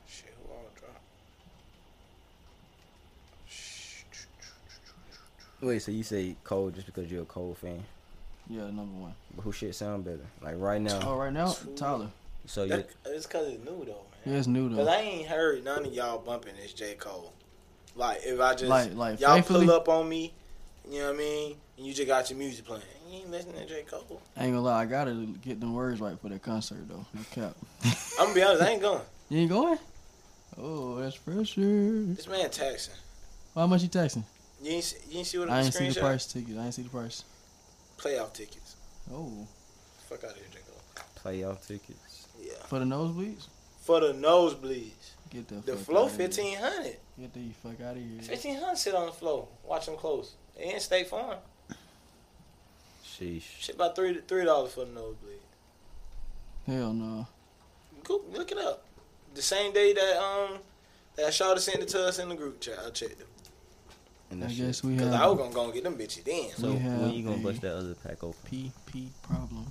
shit, who all drop? Wait. So you say Cole just because you're a Cole fan? Yeah, number one. But who shit sound better? Like right now. Oh, right now, Two. Tyler. So you That, it's cause it's new though, man. Oh, Yeah, it's new Cause though. I ain't heard none of y'all bumping this J Cole. Like if I just Like- like y'all faithfully? pull up on me, you know what I mean, and you just got your music playing. You ain't listening to J Cole. I ain't gonna lie, I gotta get them words right for that concert though. No cap. I'm gonna be honest, I ain't going. You ain't going? Oh, that's pressure. This man taxing. How much you taxing? You ain't see- you ain't see what I I'm ain't see screenshot? the price ticket. I ain't see the price. Playoff tickets. Oh, Fuck out of here, J Cole. playoff tickets. Yeah. for the nosebleeds? For the nosebleeds, Get the, the fuck flow outta here. fifteen hundred. Get the fuck out of here. Fifteen hundred sit on the floor. Watch them close. They in State Farm. Sheesh. Shit about three three dollars for the nosebleed. Hell no. Go, look it up. The same day that um that Shawty sent it to us in the group chat, I checked it And I that shit. guess we because have I was gonna go and get them bitches then. So we have when you gonna a- bust that other pack open? (laughs) PP problem.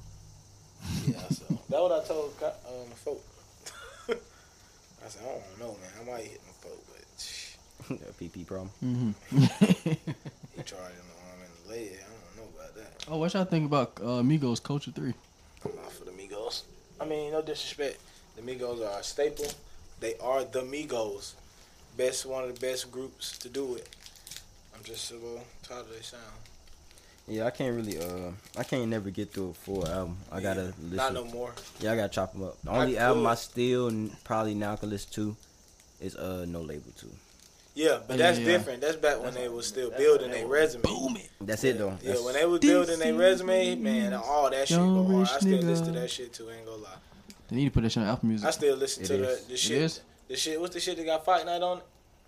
Yeah, so (laughs) that what I told co- uh, my folk. (laughs) I said I don't know, man. I might hit my folk, but shh, That PP problem. Mm-hmm. (laughs) he tried in the arm and the leg. I don't know about that. oh, what y'all think about uh, Migos Culture 3? I'm not for the Migos. I mean, no disrespect. The Migos are a staple. They are the Migos. Best one of the best groups to do it. I'm just a little tired of their sound. Yeah, I can't really. Uh, I can't never get through a full album. I gotta listen. Not no more. Yeah, I gotta chop them up. The I only album could. I still n- probably now can listen to is uh No Label Two. Yeah, but Yeah, that's yeah. different. That's back when they was still building their resume. That's it though. Yeah, That's- when they was building their resume, man, all that shit Young go hard. I rich still nigga. listen to that shit too. Ain't gonna lie. They need to put that shit on Apple Music. I still listen It to the, is. the It shit. is? The shit. What's the shit that got Fight Night on? it?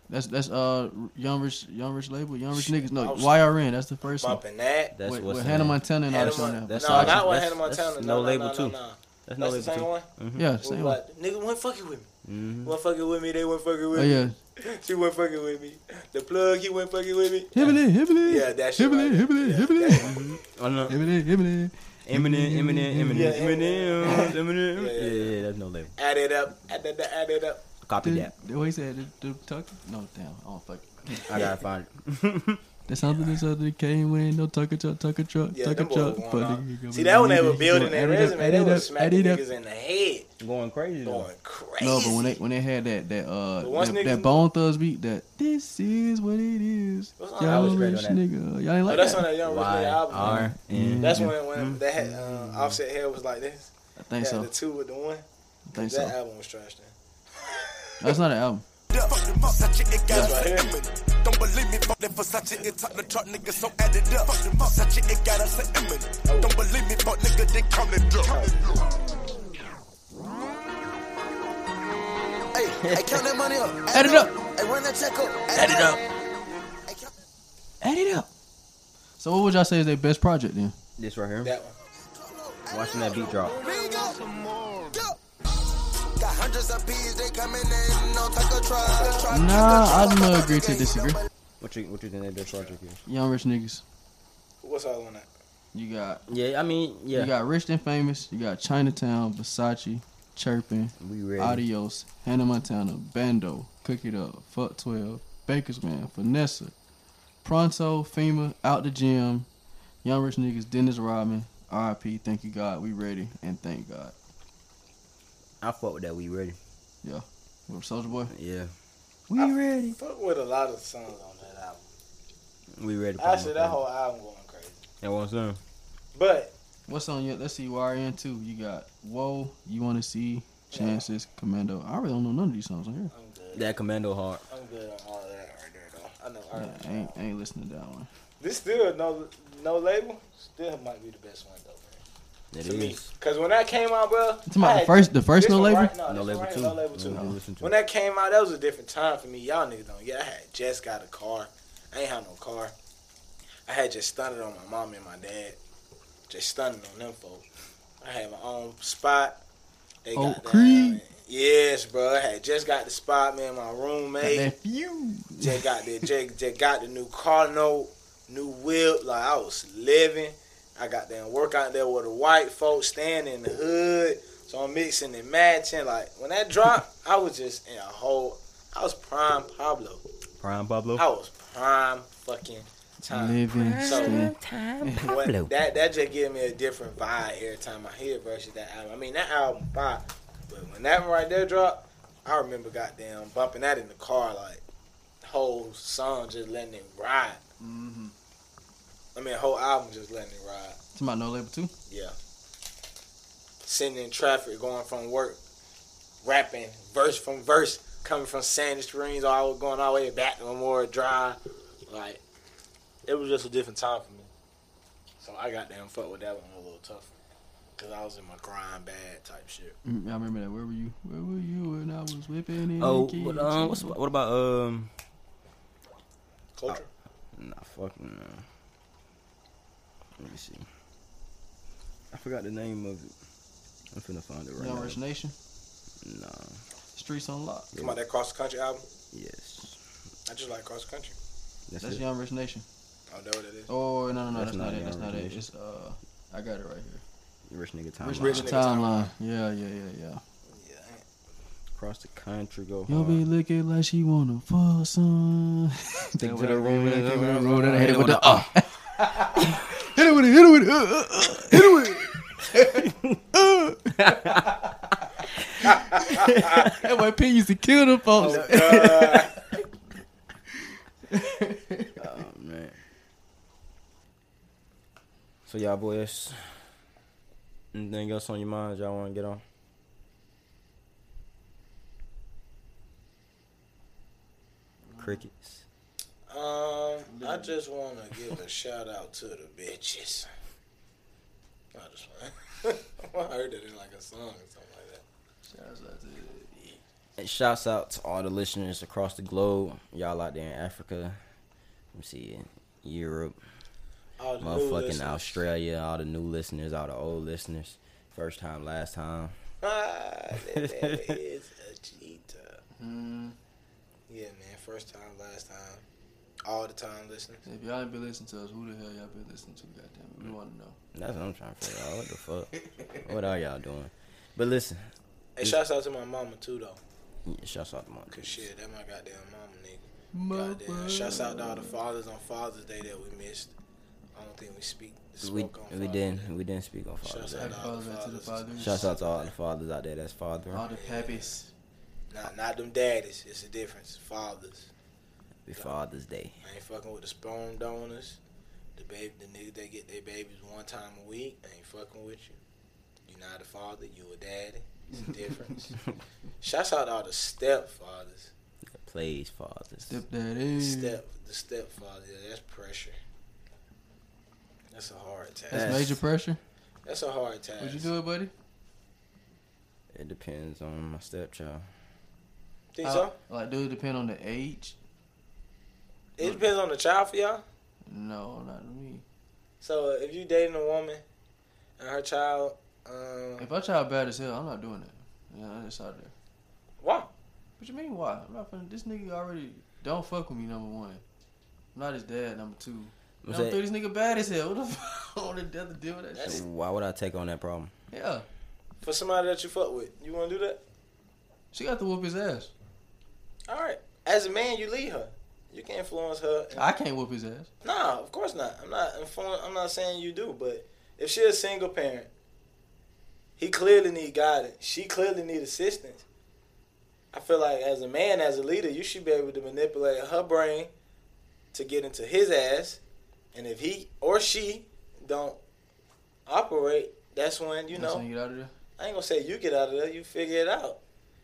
That's that's uh Young Rich Young Rich label Young Rich Shit, niggas I no was- YRN that's the first one Bumping that. That's with, what's with the Hannah name. Montana and all Hannah that shit on Mon- there. That's no, not- not one that's- Hannah that's Montana. No, No Label no, no, too. no, no. That's No That's the Label same Two. one. Yeah, What same one. about- Nigga wasn't fucking with me. Mhm. Wasn't fucking with me. They weren't fucking with Oh yeah, me. (laughs) She wasn't fucking with me. The plug, he wasn't fucking with me. hibbity hibbity. Yeah, that shit Hibbity right hibbity Yeah, that (laughs) hibbity. one. Oh, no. Hibbity hibbity. Eminem, Eminem, Eminem, Yeah, Eminem, Eminem. Yeah, Yeah, yeah, yeah, that's No Label. Add it up. Add it up. Add it up. Copy The, that. the way he said the, the tuck. No damn, I don't fuck. I gotta find it. That's something that's other that came with no tucker truck, tucker truck, Yeah, tucker them boys truck. going but off. nigga, See, that when they nigga, were you building gonna their add it up, resume, add they it were up, add smacking it up. niggas in the head, Going crazy though. going crazy. Oh, No, but when they when they had that that uh But once that, niggas- that Bone Thugs beat that this is what it is. What's on- I Y'all was great rich on that. nigga. Y'all ain't oh, like that's that. on that Young Rich Y Nigga album. R Mm-hmm. N. That's when when they had um, Offset Hair was like this. I Yeah, think so. the two with the one. I think that so. album was trash then. That's not an album. That's right here. Don't believe me, fuck that Versace, it top the truck, nigga, so add it up. Fuck them Versace, it got us an image. Don't believe me, fuck nigga, they come and drop. Hey, Hey, count that money up. Add it up. Hey, run that check up. Add it up. Add it up. So what would y'all say is their best project then? This right here. That one. Watching that beat drop. Got hundreds of P's, they coming in. No, take a try. Nah, I'd uh, agree to disagree. What you what you think that best project is? Young rich niggas. What's all on that? You got Yeah, I mean, yeah. you got rich and famous. You got Chinatown, Versace, Chirpin, we ready. Adios, Hannah Montana, Bando, Cook It Up, Fuck 12, Baker's Man, Vanessa, Pronto, FEMA, Out the Gym, Young Rich Niggas, Dennis Rodman, RIP, Thank You God, We Ready, and Thank God. I fuck with that. We ready. With Soldier Boy? Yeah, We ready. Fuck with a lot of songs on that album. we ready. Actually, that whole album going crazy. That one song. But What's on your, let's see, YRN2. You got Whoa, You Wanna See, Chances, Commando. I really don't know none of these songs on here. I'm good. That commando hard. I'm good on all that right there, though. I know. all Yeah, right. I ain't, I ain't listening to that one. This still no no label. Still might be the best one though. Man. That to me, is. cause when that came out, bro. Talking about the first- the first No Label? no, No label two. No label two. No. Listen to When it. that came out, that was a different time for me. Y'all niggas don't. Yeah, I had just got a car. I ain't had no car. I had just stunted on my mom and my dad. Just stunning on them folk. I had my own spot. They Oh, got Creed. that. Yes, bro. I had just got the spot, man. My Got roommate. that few. Jay got the Jay, Jay got the new car note, new whip. Like I was living. I got that work out there with the white folks standing in the hood. So I'm mixing and matching. Like when that dropped, I was just in a whole. I was prime Pablo. Prime Pablo. I was prime fucking time. Living, So- Stan. What, that that just gave me a different vibe every time I hear it versus that album. I mean that album vibe, but when that one right there dropped, I remember goddamn bumping that in the car like the whole song just letting it ride. mm-hmm. Mhm. I mean whole album just letting it ride. Talking about No Label 2? Yeah. Sitting in traffic going from work, rapping verse from verse, coming from Sandy Springs all going all the way back to Memorial Drive. Like it was just a different time for me. So I got damn fuck with that one a little tougher. Cause I was in my grind bad type shit. Mm, I remember that. Where were you? Where were you when I was whipping in Oh, the kitchen? what, um, what's what about um? Culture. Nah, fucking. Uh, let me see. I forgot the name of it. I'm finna find it right Young Rich now. Nation? Nah. Streets Unlocked. Come out that cross country album. Yes. I just like cross country. That's, That's it. Young Rich Nation. Oh, that what it is. Oh, no, no, no. That's, That's not, not it. That's Young not Rich it. Nation. It's, uh, I got it right here. Rich nigga time. Rich, Rich, Rich Nigga Timeline. Yeah, yeah, yeah, yeah. Yeah. Across the country, go Yo, hard. be looking like she wanna fuck some. (laughs) That Stick to the whatever, room, whatever, yeah, whatever, yeah, whatever, yeah, Hit it yeah, with the yeah. uh. (laughs) Hit it with it. Hit it with it. Uh, uh, uh. Hit it with it. Uh. (laughs) That boy P used to kill them folks. (laughs) Oh man. So y'all boys, anything else on your minds y'all want to get on? Crickets. Um, I just want to give a shout out to the bitches. I just (laughs) want. I heard that in like a song or something like that. And shouts out to all the listeners across the globe. Y'all out there in Africa. Let me see. Europe, All the new motherfucking listeners. Australia, all the new listeners, all the old listeners. First time, last time. Ah, that there is a cheetah. Mm. Yeah, man. First time, last time, all the time listeners. If y'all ain't been listening to us, who the hell y'all been listening to? Goddamn it, we want to know. That's what I'm trying to figure out. What the (laughs) fuck? what are y'all doing? But listen, Hey, shouts out to my mama too though, yeah, shouts out to my cause shit, that my goddamn mama nigga. Goddamn. Shouts out to all the fathers on Father's Day that we missed. I don't think we speak. We, spoke on we Father's didn't Day. we didn't speak on Father's Shouts Day. out Happy Father's Day to the fathers. Shouts out to all the fathers out there that's all fathering. the pappies. Not, not them daddies. It's a difference. Fathers. Happy Father's Day. I ain't fucking with the sperm donors. The baby, the niggas that get their babies one time a week. I ain't fucking with you. you not a father. You a daddy. It's a (laughs) difference. Shouts out to all the stepfathers. Plays fathers. Stepdaddy. Step, the stepfather. Yeah, that's pressure. That's a hard task. That's That's, major pressure. a hard task. Would you do it, buddy? It depends on my stepchild. Uh, Think so? Like, do it depend on the age? It depends on the child for y'all. No, not me. So uh, if you dating a woman and her child, um, If I try bad as hell, I'm not doing that. Yeah, that's out there. why? What you mean why? I'm not finna, this nigga already don't fuck with me. Number one, I'm not his dad. Number two, What's number that? three, this nigga bad as hell. (laughs) What the fuck? I want to deal with that shit. So why would I take on that problem? Yeah, For somebody that you fuck with, you want to do that? she got to whoop his ass. All right. As a man, you lead her. You can influence her. I can't whoop his ass. Nah, of course not. I'm not inform- I'm not saying you do, but if she's a single parent, he clearly need guidance. She clearly need assistance. I feel like as a man, as a leader, you should be able to manipulate her brain to get into his ass, and if he or she don't operate, that's when you That's know. when you get out of there. I ain't gonna say you get out of there. You figure it out.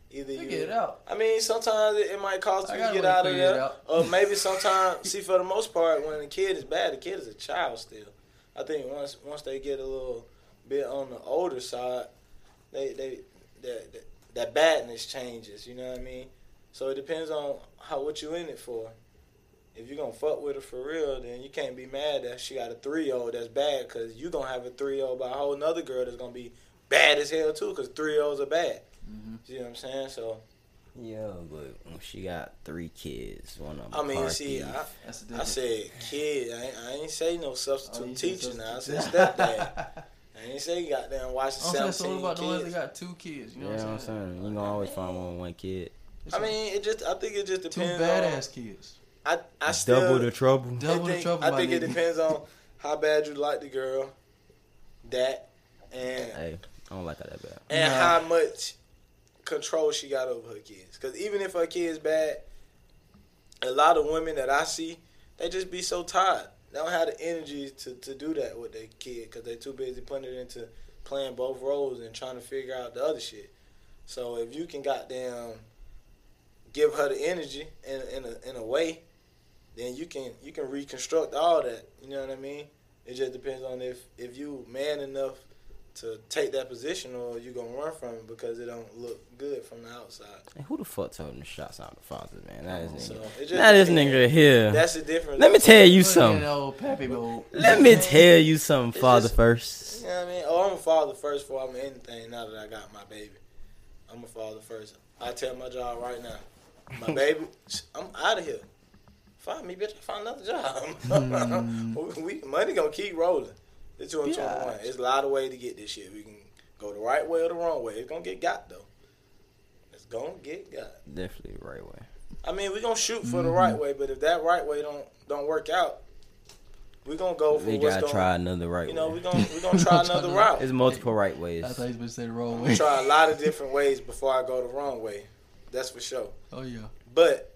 Either you Figure it out. I mean, sometimes it, it might cost I you to gotta get wanna out of figure it there, out. or (laughs) maybe sometimes. see, for the most part, when the kid is bad, the kid is a child still. I think once once they get a little bit on the older side, they they that that- that badness changes. You know what I mean? So it depends on how what you in it for. If you gonna fuck with her for real, then you can't be mad that she got a three year old that's bad, cause you gonna have a three year old by a whole nother girl that's gonna be bad as hell too, cause three year olds are bad. Mm-hmm. You know what I'm saying? So Yeah, but she got three kids. One of them. I mean, see, I, That's the I difference. said kid. I ain't, I ain't say no substitute Oh, you said teacher. (laughs) Now I said substitute. (laughs) stepdad. I ain't say goddamn watch I'm the saying so what seventeen about the ones that kids. got two kids. You know yeah, what I'm saying? You gonna always find one with one kid. I mean, it just I think it just Two depends. badass kids. On, I I still Double the trouble. I Double think, the trouble. I my think it nigga. depends on how bad you like the girl, that, and Hey, I don't like her that bad. and Nah. how much control she got over her kids. Because even if her kids bad, a lot of women that I see, they just be so tired. They don't have the energy to, to do that with their kid because they're too busy putting it into playing both roles and trying to figure out the other shit. So if you can goddamn give her the energy in in a, in a way, then you can you can reconstruct all that. You know what I mean? It just depends on if if you man enough to take that position or you gonna run from it because it don't look good from the outside. Hey, who the fuck told him the shots out the father, man? That is So nigga. it just That is depends. nigga here. That's the difference. Let me tell you Put it in something. that old pappy mode. Let me tell you something, It's father just- first. You know what I mean? Oh, I'm a father first before I'm anything. Now that I got my baby, I'm a father first. I tell my job right now, my (laughs) baby, I'm out of here. Find me, bitch. Find another job. (laughs) Hmm. we, we- money gonna keep rolling. It's 2021. It's a lot of way to get this shit. We can go the right way or the wrong way. It's gonna get got though. It's gonna get got. Definitely the right way. I mean, we gonna shoot for the right way, but if that right way don't don't work out, we gonna go for We what's gotta going. try another right You know, we way. gonna we gonna (laughs) try another route. There's multiple right ways. I thought he was about to say the wrong I way. try a lot of different ways before I go the wrong way. That's for sure. (laughs) Oh yeah. But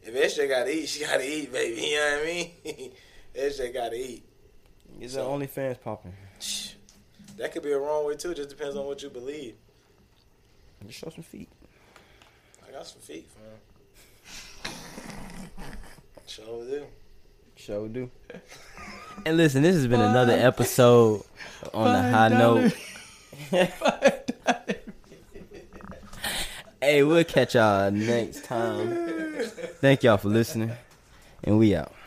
if SJ gotta eat, she gotta eat, baby. You know what I mean? (laughs) SJ gotta eat. Is the OnlyFans popping? That could be a wrong way too. Just depends on what you believe. Just show some feet. I got some feet, man. Sure do. Show do. And listen, this has been another episode on the high note. Hey, we'll catch y'all next time. Thank y'all for listening, and we out.